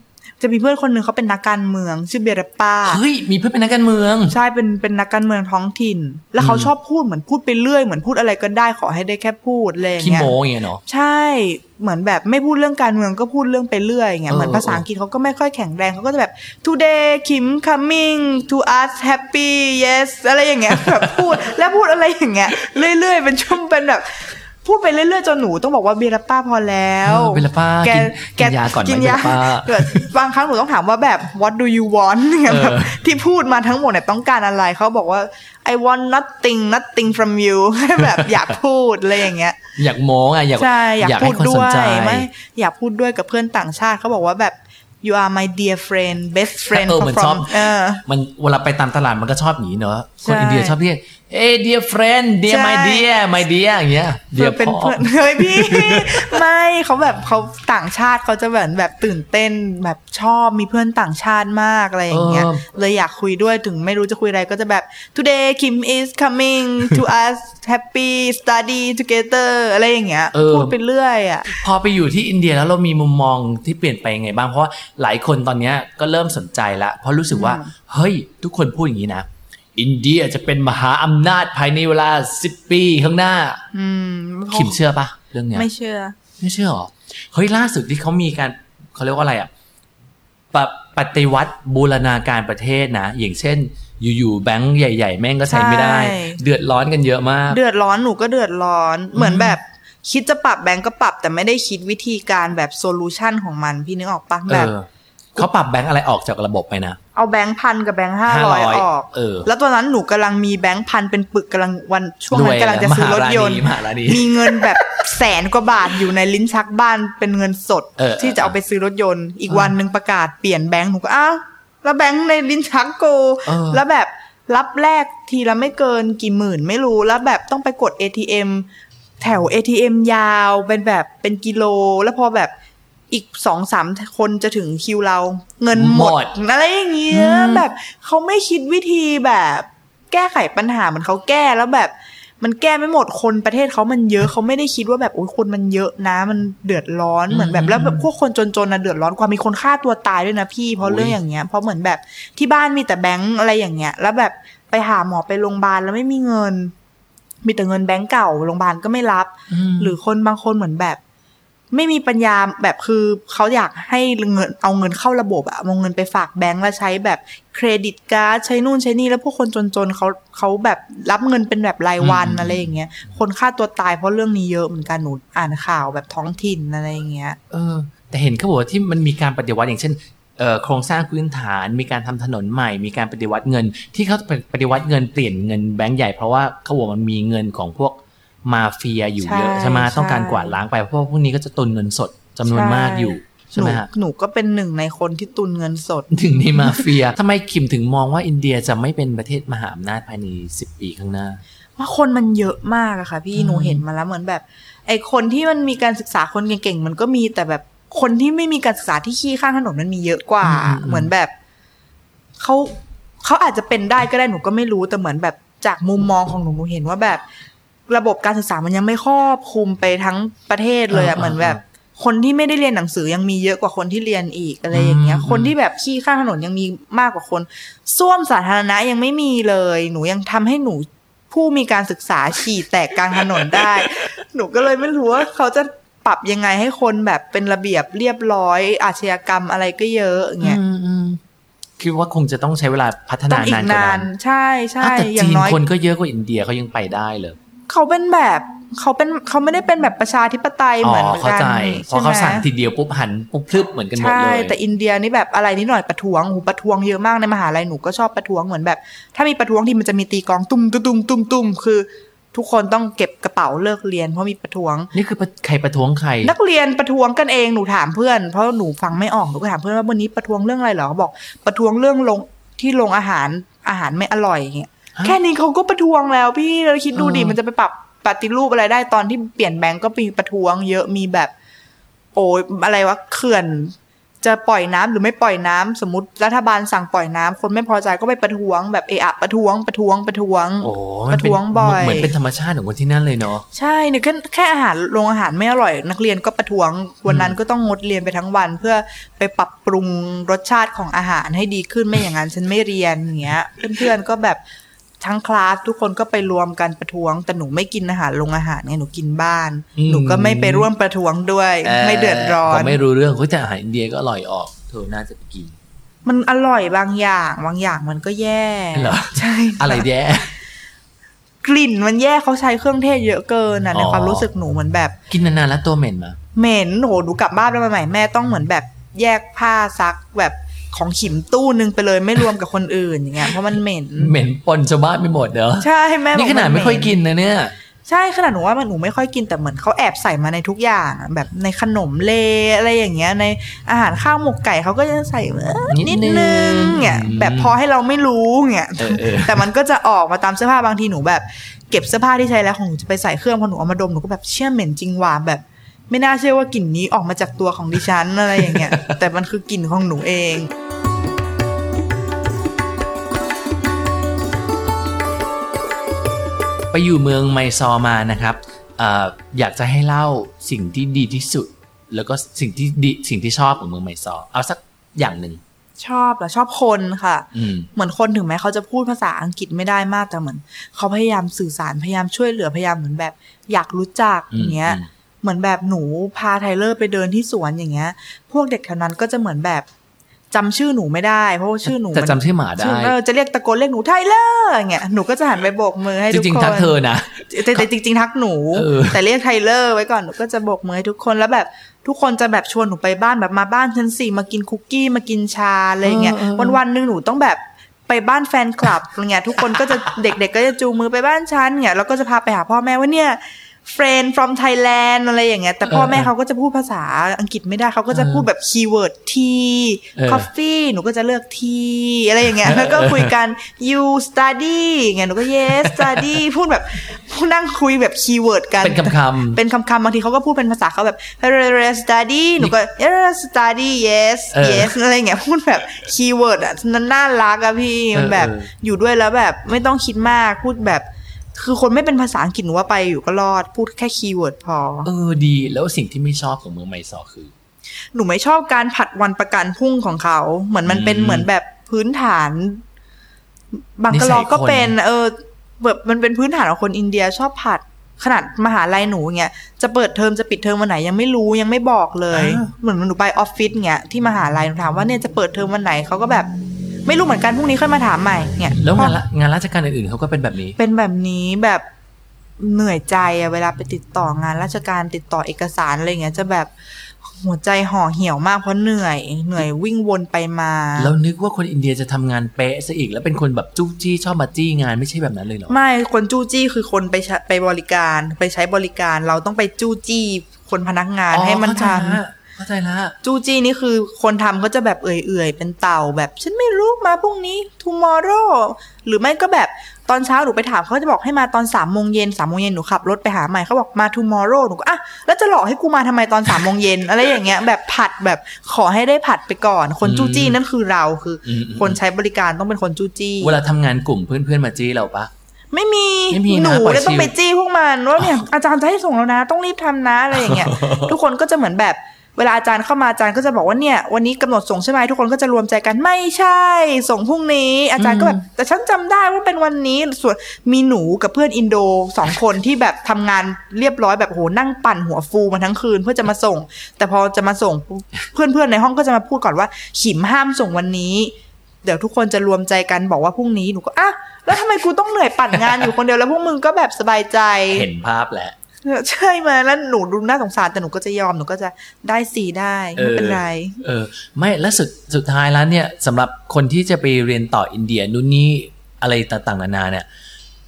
Speaker 3: จะมีเพื่อนคนหนึ่งเขาเป็นนักการเมืองชื่อเบรปา
Speaker 4: ๆเฮ้ยมีเพื่อนเป็นนักการเมือง
Speaker 3: ใช่เป็นเป็นนักการเมืองท้องถิ่น แล้วเขา
Speaker 4: อืม
Speaker 3: ชอบพูดเหมือนพูดไปเรื่อยเหมือนพูดอะไรก็ได้ขอให้ได้แค่พูดอะไรอย่าง
Speaker 4: ขี้
Speaker 3: เงี้ย
Speaker 4: โม้อย่างเงี้ยเนาะ
Speaker 3: ใช่เหมือนแบบไม่พูดเรื่องการเมืองก็พูดเรื่องไปเรื่อยอย่างเงี้ย
Speaker 4: เออ
Speaker 3: เหมือนภาษา
Speaker 4: เอออั
Speaker 3: อังกฤษเขาก็ไม่ค่อยแข็งแรงเขาก็จะแบบ today Kim coming to us happy yes อะไรอย่างเงี้ย *laughs* แบบพูดแล้วพูดอะไรอย่างเงี้ยเรื่อยๆเป็นช่วงเป็นแบบ พูดไปเรื่อยๆจนหนูต้องบอกว่าเบลป้าพอแล้ว
Speaker 4: เออเบลป้า
Speaker 3: แก
Speaker 4: กินกิ
Speaker 3: แก
Speaker 4: นยาก่อนไหม
Speaker 3: กินยา
Speaker 4: เบลป้า
Speaker 3: เกิดบางครั้งหนูต้องถามว่าแบบ what do you want เนี่ย
Speaker 4: เออ
Speaker 3: แบบที่พูดมาทั้งหมดเนี่ยต้องการอะไร เขาบอกว่า I want nothing nothing from you *laughs* แบบอยากพูดอะไรอย่างเงี้ย
Speaker 4: อยากโม้ไงอยาก
Speaker 3: ใช่ อยาก
Speaker 4: อยาก
Speaker 3: พู
Speaker 4: ให้
Speaker 3: ด
Speaker 4: คน
Speaker 3: ด้
Speaker 4: ส
Speaker 3: วน ย
Speaker 4: ใจ
Speaker 3: ไม่อยากพูดด้วยกับเพื่อนต่างชาติเขาบอกว่าแบบ you are my dear friend best friend
Speaker 4: เออเหมือนชอบ
Speaker 3: from เออ
Speaker 4: มันเวลาไปตามตลาดมันก็ชอบหนีเนอะค
Speaker 3: ใช่
Speaker 4: นอินเดียชอบเรียกเอ้ย dear friend dear
Speaker 3: ใช่
Speaker 4: my dear my dear อย่างเงี้ย
Speaker 3: เพื่
Speaker 4: dear
Speaker 3: อเป็น
Speaker 4: พ่อ
Speaker 3: เพื่อน *laughs* เฮ้ยพี่ ไม่เขาแบบเขาต่างชาติเขาจะแบบแบบตื่นเต้นแบบชอบมีเพื่อนต่างชาติมากอะไรอย่างเงี้ย
Speaker 4: เออ
Speaker 3: เลยอยากคุยด้วยถึงไม่รู้จะคุยอะไรก็จะแบบ today Kim is coming to us happy study together อะไรอย่างเงี้ย
Speaker 4: เออ
Speaker 3: พูดไปเรื่อยอ่ะ
Speaker 4: พอไปอยู่ที่อินเดียแล้วเรามีมุมมองที่เปลี่ยนไปยังไงบ้าง เพราะว่าหลายคนตอนเนี้ยก็เริ่มสนใจละเพราะรู้สึกว่า เฮ้ย ทุกคนพูดอย่างนี้นะ อินเดียจะเป็นมหาอำนาจภายในเวลาสิบปีข้างหน้า
Speaker 3: อืม
Speaker 4: ขิมเชื่อปะเรื่องเนี้ย
Speaker 3: ไม่เชื่อ
Speaker 4: ไม่เชื่อหรอ เฮ้ยล่าสุดที่เขามีการเขาเรียกว่าอะไรอ่ะปะปฏิวัติบูรณาการประเทศนะ อย่างเช่น อยู่ๆแบงก์ใหญ่ ๆ แม่งก็ใช้ไม่ได้
Speaker 3: ใช่
Speaker 4: เดือดร้อนกันเยอะมาก
Speaker 3: เดือดร้อนหนูก็เดือดร้อน เหมือนแบบคิดจะปรับแบงก์ก็ปรับ แต่ไม่ได้คิดวิธีการแบบโซลูชันของมันพี่นึกออกปะ
Speaker 4: เอ
Speaker 3: แบบ
Speaker 4: อเขาปรับแบงก์อะไรออกจากระบบไปนะ
Speaker 3: เอาแบงค์พันกับแบงค์ห้าร้อย
Speaker 4: 500
Speaker 3: ออก
Speaker 4: เออ
Speaker 3: แล้วตอนนั้นหนูกำลังมีแบงค์พันเป็นปึกกำลังวันช่วง
Speaker 4: ร
Speaker 3: นั้
Speaker 4: วย
Speaker 3: นกำลังจะซื้อรถยนต์
Speaker 4: มหาลานี
Speaker 3: มีเงินแบบ *laughs* แสนกว่าบาทอยู่ในลิ้นชักบ้านเป็นเงินสด
Speaker 4: เออ
Speaker 3: ที่จะเอาไปซื้อรถยนต์ อีกวันหนึ่งประกาศเปลี่ยนแบงค์หนูก็อ้าวแล้วแบงค์ในลิ้นชักกู
Speaker 4: เออ
Speaker 3: แล้วแบบรับแรกทีละไม่เกินกี่หมื่นไม่รู้แล้วแบบต้องไปกด ATM แถว ATM ยาวเป็นแบบเป็นกิโล แล้วพอแบบอีกสองสามคนจะถึงคิวเรา เงินหม
Speaker 4: หม
Speaker 3: ด
Speaker 4: ด
Speaker 3: อะไรอย่างเงี้ยแบบเขาไม่คิดวิธีแบบแก้ไขปัญหาเหมือนเขาแก้แล้วแบบ มันแก้ไม่หมดคนประเทศเขามันเยอะเขาไม่ได้คิดว่าแบบโอ้ยคนมันเยอะนะ มันเดือดร้อนเหมือนแบบแล้วแบบพวกคนจนๆนะเดือดร้อนกว่ามีคนฆ่าตัวตายด้วยนะพี่เพราะเรื่องอย่างเงี้ยเพราะเหมือนแบบที่บ้านมีแต่แบงค์อะไรอย่างเงี้ย แล้วแบบไปหาหมอไปโรงพยาบาลแล้วไม่มีเงิน มีแต่เงินแบงค์เก่าโรงพยาบาลก็ไม่รับ หรือคนบางคนเหมือนแบบ ไม่มีปัญญาแบบคือเขาอยากให้เงินเอาเงินเข้าระบบอะเอาเงินไปฝากแบงก์แล้วใช้แบบเครดิตการ์ดใช้นู่นใช้นี่แล้วพวกคนจนๆเขาเขาแบบรับเงินเป็นแบบรายวัน
Speaker 4: อืม
Speaker 3: อะไรอย่างเงี้ยคนฆ่าตัวตายเพราะเรื่องนี้เยอะเหมือนกันหนูอ่านข่าวแบบท้องถิ่นอะไรอย่างเงี้ย
Speaker 4: เออ แต่เห็นเขาบอกว่าที่มันมีการปฏิวัติอย่างเช่นเอ่อโครงสร้างพื้นฐานมีการทำถนนใหม่ มีการปฏิวัติเงิน ที่เขาปฏิวัติเงินเปลี่ยนเงินแบงก์ใหญ่เพราะว่าเขาบอกมันมีเงินของพวกมาเฟียอยู่เยอะ
Speaker 3: ใช่
Speaker 4: ใช่ไหมต้องการ
Speaker 3: ใช่
Speaker 4: กวาดล้างไปเพราะว่าพวกนี้ก็จะตุนเงินสดจำนวนมากอยู่ใช่
Speaker 3: ห
Speaker 4: ไห
Speaker 3: นู
Speaker 4: มฮะ
Speaker 3: หนูก็เป็นหนึ่งในคนที่ตุนเงินสด
Speaker 4: ถึงในมาเฟียทำไมคิมถึงมองว่าอินเดียจะไม่เป็นประเทศมหาอำนาจภายในสิบปีข้างหน้า
Speaker 3: ว่าคนมันเยอะมากอะค่ะ พี่หนูเห็นมาแล้วเหมือนแบบ ไอคนที่มันมีการศึกษาคนเก่งๆมันก็มีแต่แบบคนที่ไม่มีการศึกษาที่ขี้ข้างถนนมันมีเยอะกว่า
Speaker 4: อืมอืม
Speaker 3: เหมือนแบบเขาเขาอาจจะเป็นได้ก็ได้หนูก็ไม่รู้แต่เหมือนแบบจากมุมมองของหนูหนูเห็นว่าแบบ ระบบการศึกษามันยังไม่ครอบคลุมไปทั้งประเทศเลยอะเหมือนแบบ คนที่ไม่ได้เรียนหนังสือยังมีเยอะกว่าคนที่เรียนอีกอะไรอย่างเงี้ย
Speaker 4: อืม
Speaker 3: คนที่แบบขี้ข้างถนนยังมีมากกว่าคน ส้วมสาธารณะยังไม่มีเลย หนูยังทำให้หนู ผู้มีการศึกษาฉี่แตกกลางถนนได้ *laughs* หนูก็เลยไม่รู้ว่าเขาจะปรับยังไงให้คนแบบเป็นระเบียบเรียบร้อย อาชญากรรมอะไรก็เยอะอย่างเงี้ย
Speaker 4: คิดว่าคงจะต้องใช้เวลาพัฒ
Speaker 3: ต้
Speaker 4: นา
Speaker 3: องอี
Speaker 4: นาก นกว่าน
Speaker 3: าน
Speaker 4: นั้น
Speaker 3: นใช่ใช่
Speaker 4: อ่ะแต่
Speaker 3: อ
Speaker 4: จี
Speaker 3: ย่าง
Speaker 4: น
Speaker 3: น้อย
Speaker 4: คนก็เยอะกว่าอินเดียเขายังไปได้เลย
Speaker 3: เขาเป็นแบบเขาเป็นเขาไม่ได้เป็นแบบประชาธิปไตย
Speaker 4: อ๋
Speaker 3: เหมือน
Speaker 4: อเข้าใจ
Speaker 3: ใช่ไหม
Speaker 4: พอเขาสั่งทีเดียวปุ๊บหันปุ๊บพลึบเหมือนกันหมด
Speaker 3: ใช่
Speaker 4: เลย
Speaker 3: แต่อินเดียนี่แบบอะไรนิดหน่อยประท้วงหูประท้วงเยอะมากในมหาลัยหนูก็ชอบประท้วงเหมือนแบบ ถ้ามีประท้วงที่มันจะมีตีกลองตุ้มตุ้มตุ้มตุ้มตุ้มคือ ทุกคนต้องเก็บกระเป๋าเลิกเรียนเพราะมีประท้วง
Speaker 4: นี่คือใครประท้วงใคร
Speaker 3: นักเรียนประท้วงกันเองหนูถามเพื่อน เพราะหนูฟังไม่ออกหนูก็ถามเพื่อนว่าวันนี้ประท้วงเรื่องอะไรเหรอเขาบอกประท้วงเรื่องลงที่ลงอาหารอาหารไม่อร่อยอย่างเงี้ย
Speaker 4: ฮะ
Speaker 3: แค่นี้เขาก็ประท้วงแล้วพี่เราคิดดูดิ
Speaker 4: เออ
Speaker 3: มันจะไปปรับปฏิรูปอะไรได้ตอนที่เปลี่ยนแบงก์ก็มีประท้วง เยอะมีแบบ โอ้ยอะไรวะเขื่อน จะปล่อยน้ำหรือไม่ปล่อยน้ำสมมติรัฐบาลสั่งปล่อยน้ำคนไม่พอใจก็ไปประท้วง แบบเอะอะประท้วงประท้วงประท้วง
Speaker 4: โอ้
Speaker 3: ป
Speaker 4: มัน
Speaker 3: ระ
Speaker 4: เป็น
Speaker 3: ท้วงบ่อย
Speaker 4: เหมือนเป็นธรรมชาติของคนที่นั่นเลยเนาะ
Speaker 3: ใช่เนี่ยแค่แค่อาหารโรงอาหารไม่อร่อย นักเรียนก็ประท้วงวันนั้นก็ต้องงดเรียนไปทั้งวัน เพื่อไปปรับปรุงรสชาติของอาหารให้ดีขึ้นไม่อย่างนั้นฉันไม่เรียนอย่างเงี้ย เพื่อนๆก็แบบทั้งคลาสทุกคนก็ไปรวมกันประท้วง แต่หนูไม่กินอาหารโรงอาหารไงหนูกินบ้าน
Speaker 4: อืม
Speaker 3: หนูก็ไม่ไปร่วมประท้วงด้วย ไม่เดือดร้อ
Speaker 4: พ
Speaker 3: น
Speaker 4: ไม่รู้เรื่องเขาจะอาหารอินเดียก็อร่อยออกเธอน่าจะไปกิน
Speaker 3: มันอร่อยบางอย่าง บางอย่างมันก็แย่
Speaker 4: เหรอ
Speaker 3: ใช่ค่
Speaker 4: อะไรแย่
Speaker 3: กลิ่นมันแย่เขาใช้เครื่องเทศเยอะเกินนะใน
Speaker 4: อ๋อ
Speaker 3: ความรู้สึกหนูเหมือนแบบ
Speaker 4: กินนานๆแล้วตัวเหม็นมา
Speaker 3: เหม็นโหหนูกลับบ้านไปใหม่ๆแม่ต้องเหมือนแบบแยกผ้าซักแบบของขิมตู้นึงไปเลยไม่รวมกับคนอื่นอย่างเงี้ยเพราะมันเหม็น
Speaker 4: เหม็นปนชาวบ้านไม่หมดเนอะ
Speaker 3: ใช่แม่บอก
Speaker 4: นี่ขนาดไม่ค่อยกินนะเนี่ย
Speaker 3: ใช่ขนาดหนูว่ามันหนูไม่ค่อยกินแต่เหมือนเขาแอบใส่มาในทุกอย่างอะแบบในขนมเลอะไรอย่างเงี้ย ในอาหารข้าวหมกไก่เขาก็จะใส่เออ
Speaker 4: นิ
Speaker 3: นิ
Speaker 4: ด
Speaker 3: ด
Speaker 4: นึง
Speaker 3: นึงเนี่ย
Speaker 4: อืม
Speaker 3: แบบพอให้เราไม่รู้เนี่ย
Speaker 4: เออเออ
Speaker 3: แต่มันก็จะออกมาตามเสื้อผ้าบางทีหนูแบบ เก็บเสื้อผ้าที่ใช้แล้วของหนูจะไปใส่เครื่องพอหนูเอามาดมหนูก็แบบเชื่อเหม็นจริงว่ะแบบ ไม่น่าเชื่อว่ากลิ่นนี้ออกมาจากตัวของดิฉัน อะไรอย่างเงี้ย แต่มันคือกลิ่นของหนูเอง
Speaker 4: ไปอยู่เมืองไมซอร์มานะครับเอ่ออยากจะให้เล่าสิ่งที่ดีที่สุด แล้วก็สิ่งที่ดีสิ่งที่ชอบของเมืองไมซอร์เอาสักอย่างหนึ่ง
Speaker 3: ชอบเหรอชอบคนค่ะ
Speaker 4: อืม
Speaker 3: เหมือนคนถึงแม้เขาจะพูดภาษาอังกฤษไม่ได้มากแต่เหมือน เขาพยายามสื่อสารพยายามช่วยเหลือพยายามเหมือนแบบ อยากรู้จัก
Speaker 4: อืม
Speaker 3: อย่างเงี้ย
Speaker 4: อืม
Speaker 3: เหมือนแบบหนูพาไทเลอร์ไปเดินที่สวนอย่างเงี้ย พวกเด็กแถวนั้นก็จะเหมือนแบบจำชื่อหนูไม่ได้ เพราะว่าชื่อหนู
Speaker 4: แต่
Speaker 3: มัน
Speaker 4: จำชื่อหมาได้
Speaker 3: ชื่อเออจะเรียกตะโกนเรียกหนูไทเลอร์อย่างเงี้ยหนูก็จะหันไปโบกมือให้
Speaker 4: จ
Speaker 3: ทุกคน
Speaker 4: ริงๆทักเธอนะ
Speaker 3: แต่แต่จริง ๆ ทักหนู
Speaker 4: เออ
Speaker 3: แต่เรียกไทเลอร์ไว้ก่อนหนูก็จะโบกมือให้ทุกคนแล้วแบบทุกคนจะแบบชวนหนูไปบ้านแบบมาบ้านฉันสิมากินคุกกี้มากินชาอะไรอย่างเงี้ยวันวันๆหนึงหนูต้องแบบไปบ้านแฟนคลับอะไรเงี้ยทุกคนก็จะ *laughs* เด็ก ๆ ก็จะจูงมือไปบ้านฉันเนี่ยแล้วก็จะพาไปหาพ่อแม่ว่าเนี่ย friend from Thailand อะไรอย่างเงี้ยแต่พ่อแม่เขาก็จะพูดภาษาอังกฤษไม่ได้เขาก็จะพูดแบบคีย์เวิร์ด tea
Speaker 4: เออ
Speaker 3: coffee หนูก็จะเลือก tea อะไรอย่างเงี้ยแล้วก็คุยกัน กัน you study อย่างเงี้ยหนูก็ yes study พูดแบบพูดนั่งคุยแบบคีย์เวิร์ดกัน
Speaker 4: เป็นคำๆ
Speaker 3: เป็นคำๆบางทีเขาก็พูดเป็นภาษาเขาแบบ study หนูก็ study yes
Speaker 4: เออ
Speaker 3: yes อะไรอย่างเงี้ยพูดแบบคีย์เวิร์ดอ่ะนั้นน่ารักอะพี่มันแบบ
Speaker 4: เออเออ
Speaker 3: อยู่ด้วยแล้วแบบไม่ต้องคิดมากพูดแบบ คือคนไม่เป็นภาษาอังกฤษหนูว่าไปอยู่ก็รอดพูดแค่คีย์เวิร์ดพอ
Speaker 4: เออดีแล้วสิ่งที่ไม่ชอบของเมืองไมซอร์คือ
Speaker 3: หนูไม่ชอบการผัดวันประกันพรุ่งของเขา เหมือนมันเป็น
Speaker 4: อืม
Speaker 3: เหมือนแบบพื้นฐาน บางกะลอ
Speaker 4: นิสัยคน
Speaker 3: ก็เป็น เออแบบมันเป็นพื้นฐานของคนอินเดียชอบผัดขนาดมหาลัยหนูเงี้ยจะเปิดเทอมจะปิดเทอมวันไหนยังไม่รู้ยังไม่บอกเลย เหมือนหนูไปออฟฟิศเงี้ยที่มหาลัยหนูถามว่าเนี่ยจะเปิดเทอมวันไหนเขาก็แบบ ไม่รู้เหมือนกันพรุ่งนี้ค่อยมาถามใหม่เนี่ย
Speaker 4: แล้วงาน
Speaker 3: เพราะ
Speaker 4: ละงานราชการอื่นๆเขาก็เป็นแบบนี้
Speaker 3: เป็นแบบนี้แบบเหนื่อยใจอะเวลาไปติดต่องานราชการติดต่อเอกสารอะไรเงี้ยจะแบบ หัวใจห่อเหี่ยวมากเพราะเหนื่อย เหนื่อยวิ่งวนไปมา
Speaker 4: แล้วนึกว่าคนอินเดียจะทำงานเป๊ะซะอีก แล้วเป็นคนแบบจู้จี้ชอบมาจี้งานไม่ใช่แบบนั้นเลยเหรอ
Speaker 3: ไม่คนจู้จี้คือคนไปใช้ไปบริการไปใช้บริการเราต้องไปจู้จี้คนพนักงานให้มันท
Speaker 4: อ๋อเข้าใจละ
Speaker 3: ำจู้จี้นี่คือคนทำก็จะแบบเอื่อยๆเป็นเต่าแบบ ฉันไม่รู้มาพรุ่งนี้ tomorrow หรือไม่ก็แบบตอนเช้าหนูไปถามเขาจะบอกให้มาตอนสามโมงเย็นสามโมงเย็นหนูขับรถไปหาใหม่เขาบอกมา tomorrow หนูก็อ่ะแล้วจะหลอกให้กูมาทำไมตอนสามโมงเย็นอะไรอย่างเงี้ยแบบผัดแบบขอให้ได้ผัดไปก่อน คนจู้จี้นั่นคือเราคืออ
Speaker 4: อืมอืม
Speaker 3: คนใช้บริการต้องเป็นคนจู้จี้
Speaker 4: เวลาทำงานกลุ่มเพื่อนๆมาจี้เราปะ
Speaker 3: ไม่มี
Speaker 4: ไม่มีนะ
Speaker 3: หนู
Speaker 4: ปล่อย
Speaker 3: จะต้อง
Speaker 4: ชิล *laughs*
Speaker 3: ไปจี้พวกมันว่าเนี่ยอาจารย์จะให้ส่งแล้วนะ ต้องรีบทำนะอะไรอย่างเงี้ย ทุกคนก็จะเหมือนแบบ เวลาอาจารย์เข้ามาอาจารย์ก็จะบอกว่าเนี่ย วันนี้กำหนดส่งใช่ไหมทุกคนก็จะรวมใจกันไม่ใช่ ส่งพรุ่งนี้ อาจารย์ก็แบบแต่ฉันจำได้ว่าเป็นวันนี้ส่วนมีหนูกับเพื่อนอินโดสองคนที่แบบทำงานเรียบร้อยแบบโหนั่งปั่นหัวฟูมาทั้งคืนเพื่อจะมา
Speaker 4: *laughs*
Speaker 3: ส่ง แต่พอจะมาส่งปุ๊บเพื่อนๆในห้องก็จะมาพูดก่อนว่าขิมห้ามส่งวันนี้ เดี๋ยวทุกคนจะรวมใจกันบอกว่าพรุ่งนี้หนูก็อ่ะแล้วทำไมกูต้องเหนื่อยปั่นงานอยู่คนเดียวแล้วพวกมึงก็แบบสบายใจ
Speaker 4: เห็นภาพแหละ
Speaker 3: ใช่ไหมแล้วหนูดูน่าสงสารแต่หนูก็จะยอมหนูก็จะได้สีได้ไม่เป็นไร
Speaker 4: เออ ไม่แล้วสุดสุดท้ายแล้วเนี่ยสำหรับคนที่จะไปเรียนต่ออินเดียนู่นนี่อะไรต่างๆนานาเนี่ย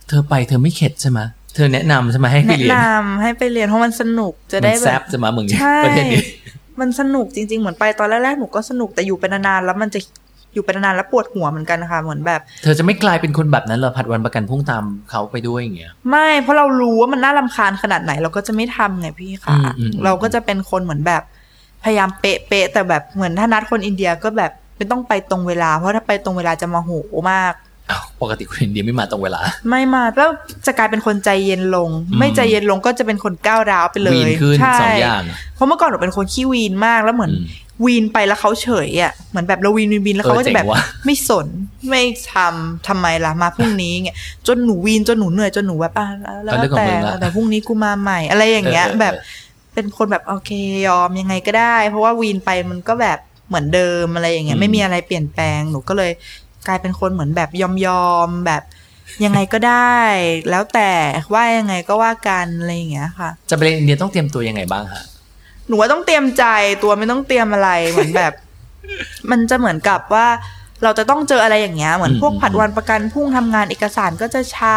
Speaker 4: เธอไปเธอไม่เข็ดใช่ไหมเธอแนะนำใช่ไหมให้ไป
Speaker 3: แนะ
Speaker 4: เรียน
Speaker 3: นำให้ไปเรียนเพราะมันสนุกจะ
Speaker 4: มั
Speaker 3: ได้
Speaker 4: น
Speaker 3: แบ
Speaker 4: แซบบ จะมาเมืองนี้
Speaker 3: ใช่
Speaker 4: ประเทศนี้
Speaker 3: มันสนุกจริง ๆ เหมือนไปตอนแรกๆหนูก็สนุกแต่อยู่เป็นนานๆแล้วมันจะอยู่เป็นนานๆแล้วปวดหัวเหมือนกันนะคะเหมือนแบบ
Speaker 4: เธอจะไม่กลายเป็นคนแบบนั้นเหรอผัดวันประกันพรุ่งตามเขาไปด้วยอย่างเงี้ย
Speaker 3: ไม่เพราะเรารู้ว่ามันน่ารำคาญขนาดไหนเราก็จะไม่ทำไงพี่ค่ะ
Speaker 4: อืมอืมอืม
Speaker 3: เราก็จะเป็นคนเหมือนแบบ พยายามเป๊ะเป๊ะๆแต่แบบเหมือนถ้านัดคนอินเดียก็แบบไม่ต้องไปตรงเวลา เพราะถ้าไปตรงเวลาจะโมาโหมาก
Speaker 4: อ้าวปกติคนอินเดียไม่มาตรงเวลา
Speaker 3: ไม่มาแล้วจะกลายเป็นคนใจเย็นลง
Speaker 4: อืม
Speaker 3: ไม่ใจเย็นลงก็จะเป็นคนก้าวร้าวไปเลย
Speaker 4: วีนขึ้น
Speaker 3: ใช่
Speaker 4: สองอย่าง
Speaker 3: เพราะเมื่อก่อนหนูเป็นคนขี้วีนมากแล้วเหมือน
Speaker 4: อืม
Speaker 3: วีนไปแล้วเขาเฉยอ่ะเหมือนแบบเราวีนวีนวีนแล้วเขาก็
Speaker 4: เออ
Speaker 3: จะ
Speaker 4: เจ๋ง
Speaker 3: แบบ
Speaker 4: ว่ะ
Speaker 3: ไม่สนไม่ทำทำไมล่ะมาพรุ่งนี้เงี้ยจนหนูวีนจนหนูเหนื่อยจนหนูแบบอ่ะแล้วแล้ว
Speaker 4: เอาเรื่องขอ
Speaker 3: แต่
Speaker 4: งมึงละ
Speaker 3: แต่พรุ่งนี้กูมาใหม่ อะไรอย่างเงี้ย
Speaker 4: เออเออเออ
Speaker 3: แบบเป็นคนแบบโอเคยอมยังไงก็ได้ เพราะว่าวีนไปมันก็แบบเหมือนเดิมอะไรอย่างเงี้ยไม่มีอะไรเปลี่ยนแปลงหนูก็เลย กลายเป็นคนเหมือนแบบยอมยอมๆแบบยังไงก็ได้ แล้วแต่ว่ายังไงก็ว่ากันอะไรอย่างเงี้ยค่ะ
Speaker 4: จะไปเรียนอินเดียต้องเตรียมตัวยังไงบ้างฮะ
Speaker 3: หนูว่าต้องเตรียมใจตัวไม่ต้องเตรียมอะไรเหมือนแบบ มันจะเหมือนกับว่าเราจะต้องเจออะไรอย่างเงี้ยเหมือน
Speaker 4: อืม
Speaker 3: พวกผัดวันประกันพรุ่งทำงานเอกสารก็จะช้า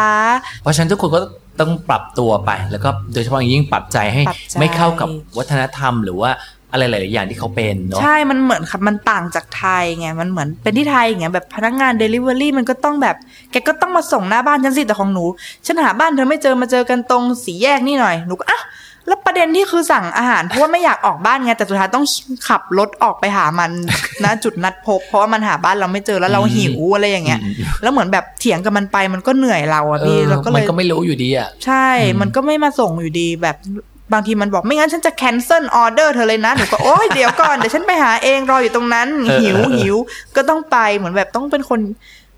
Speaker 4: เพราะฉะนั้นทุกคนก็ต้องปรับตัวไป แล้วก็โดยเฉพาะอย่างยิ่งปรับใจให้
Speaker 3: ปรับใจ
Speaker 4: ไม่เข้ากับวัฒนธรรม หรือว่าอะไรหลาย ๆ อย่างที่เขาเป็นเนาะ
Speaker 3: ใช่ มันเหมือนครับมันต่างจากไทยไง มันเหมือนเป็นที่ไทยอย่างเงี้ยแบบพนักงาน Delivery มันก็ต้องแบบ แกก็ต้องมาส่งหน้าบ้านฉันสิแต่ของหนู ฉันหาบ้านเธอไม่เจอมาเจอกันตรงสีแยกนี่หน่อย หนูก็อ่ะแล้วประเด็นที่คือสั่งอาหาร เพราะว่าไม่อยากออกบ้านไงแต่สุดท้ายต้องขับรถออกไปหามัน ณจุดนัดพบ เพราะว่ามันหาบ้านเราไม่เจอแล้วเรา
Speaker 4: อืม
Speaker 3: หิวอะไรอย่างเงี้ย แล้วเหมือนแบบเถียงกับมันไปมันก็เหนื่อยเราอะ
Speaker 4: เอ
Speaker 3: พี่
Speaker 4: อ
Speaker 3: เราก็เล
Speaker 4: มัน
Speaker 3: ย
Speaker 4: ก็ไม่รู้อยู่ดีอ่ะ
Speaker 3: ใช่ มันก็ไม่มาส่งอยู่ดีแบบบางทีมันบอกไม่งั้นฉันจะ cancel order เธอเลยนะ หนูก็ โอ๊ย เดี๋ยวก่อน เดี๋ยวฉันไปหาเองรออยู่ตรงนั้น
Speaker 4: เออ
Speaker 3: หิว
Speaker 4: เออเออ
Speaker 3: หิวก็ต้องไปเหมือนแบบต้องเป็นคน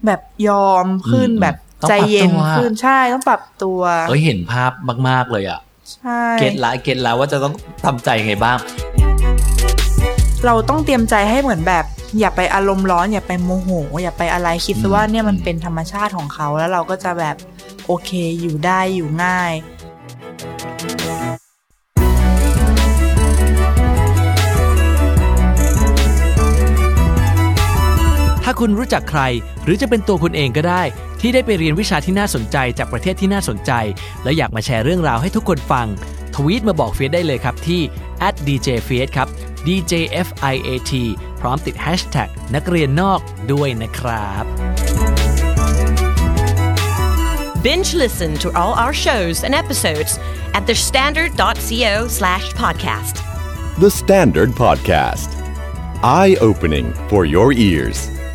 Speaker 3: แบบยอมขึ้น
Speaker 4: อืม
Speaker 3: แบบ
Speaker 4: ต้อง
Speaker 3: ใจ
Speaker 4: ปรับ
Speaker 3: เย็น
Speaker 4: ตัว
Speaker 3: ขึ้นใช่ต้องปรับตัว
Speaker 4: เอ้ยเห็นภาพมาก ๆ เลยอ่ะ
Speaker 3: ใช่
Speaker 4: เก็ตละเก็ตละว่าจะต้องทำใจยังไงบ้าง
Speaker 3: เราต้องเตรียมใจให้เหมือนแบบ อย่าไปอารมณ์ร้อน อย่าไปโมโห อย่าไปอะไรคิดซะว่าเนี่ยมันเป็นธรรมชาติของเขาแล้วเราก็จะแบบโอเคอยู่ได้อยู่ง่าย
Speaker 2: ถ้าคุณรู้จักใคร หรือจะเป็นตัวคุณเองก็ได้ ที่ได้ไปเรียนวิชาที่น่าสนใจจากประเทศที่น่าสนใจ และอยากมาแชร์เรื่องราวให้ทุกคนฟัง ทวีตมาบอกเฟียสได้เลยครับที่ @djfiat ครับ djfiat พร้อมติด hashtag นักเรียนนอกด้วยนะครับ
Speaker 1: Binge listen to all our shows and episodes at thestandard.co slash podcast.
Speaker 5: The Standard Podcast. Eye opening for your ears.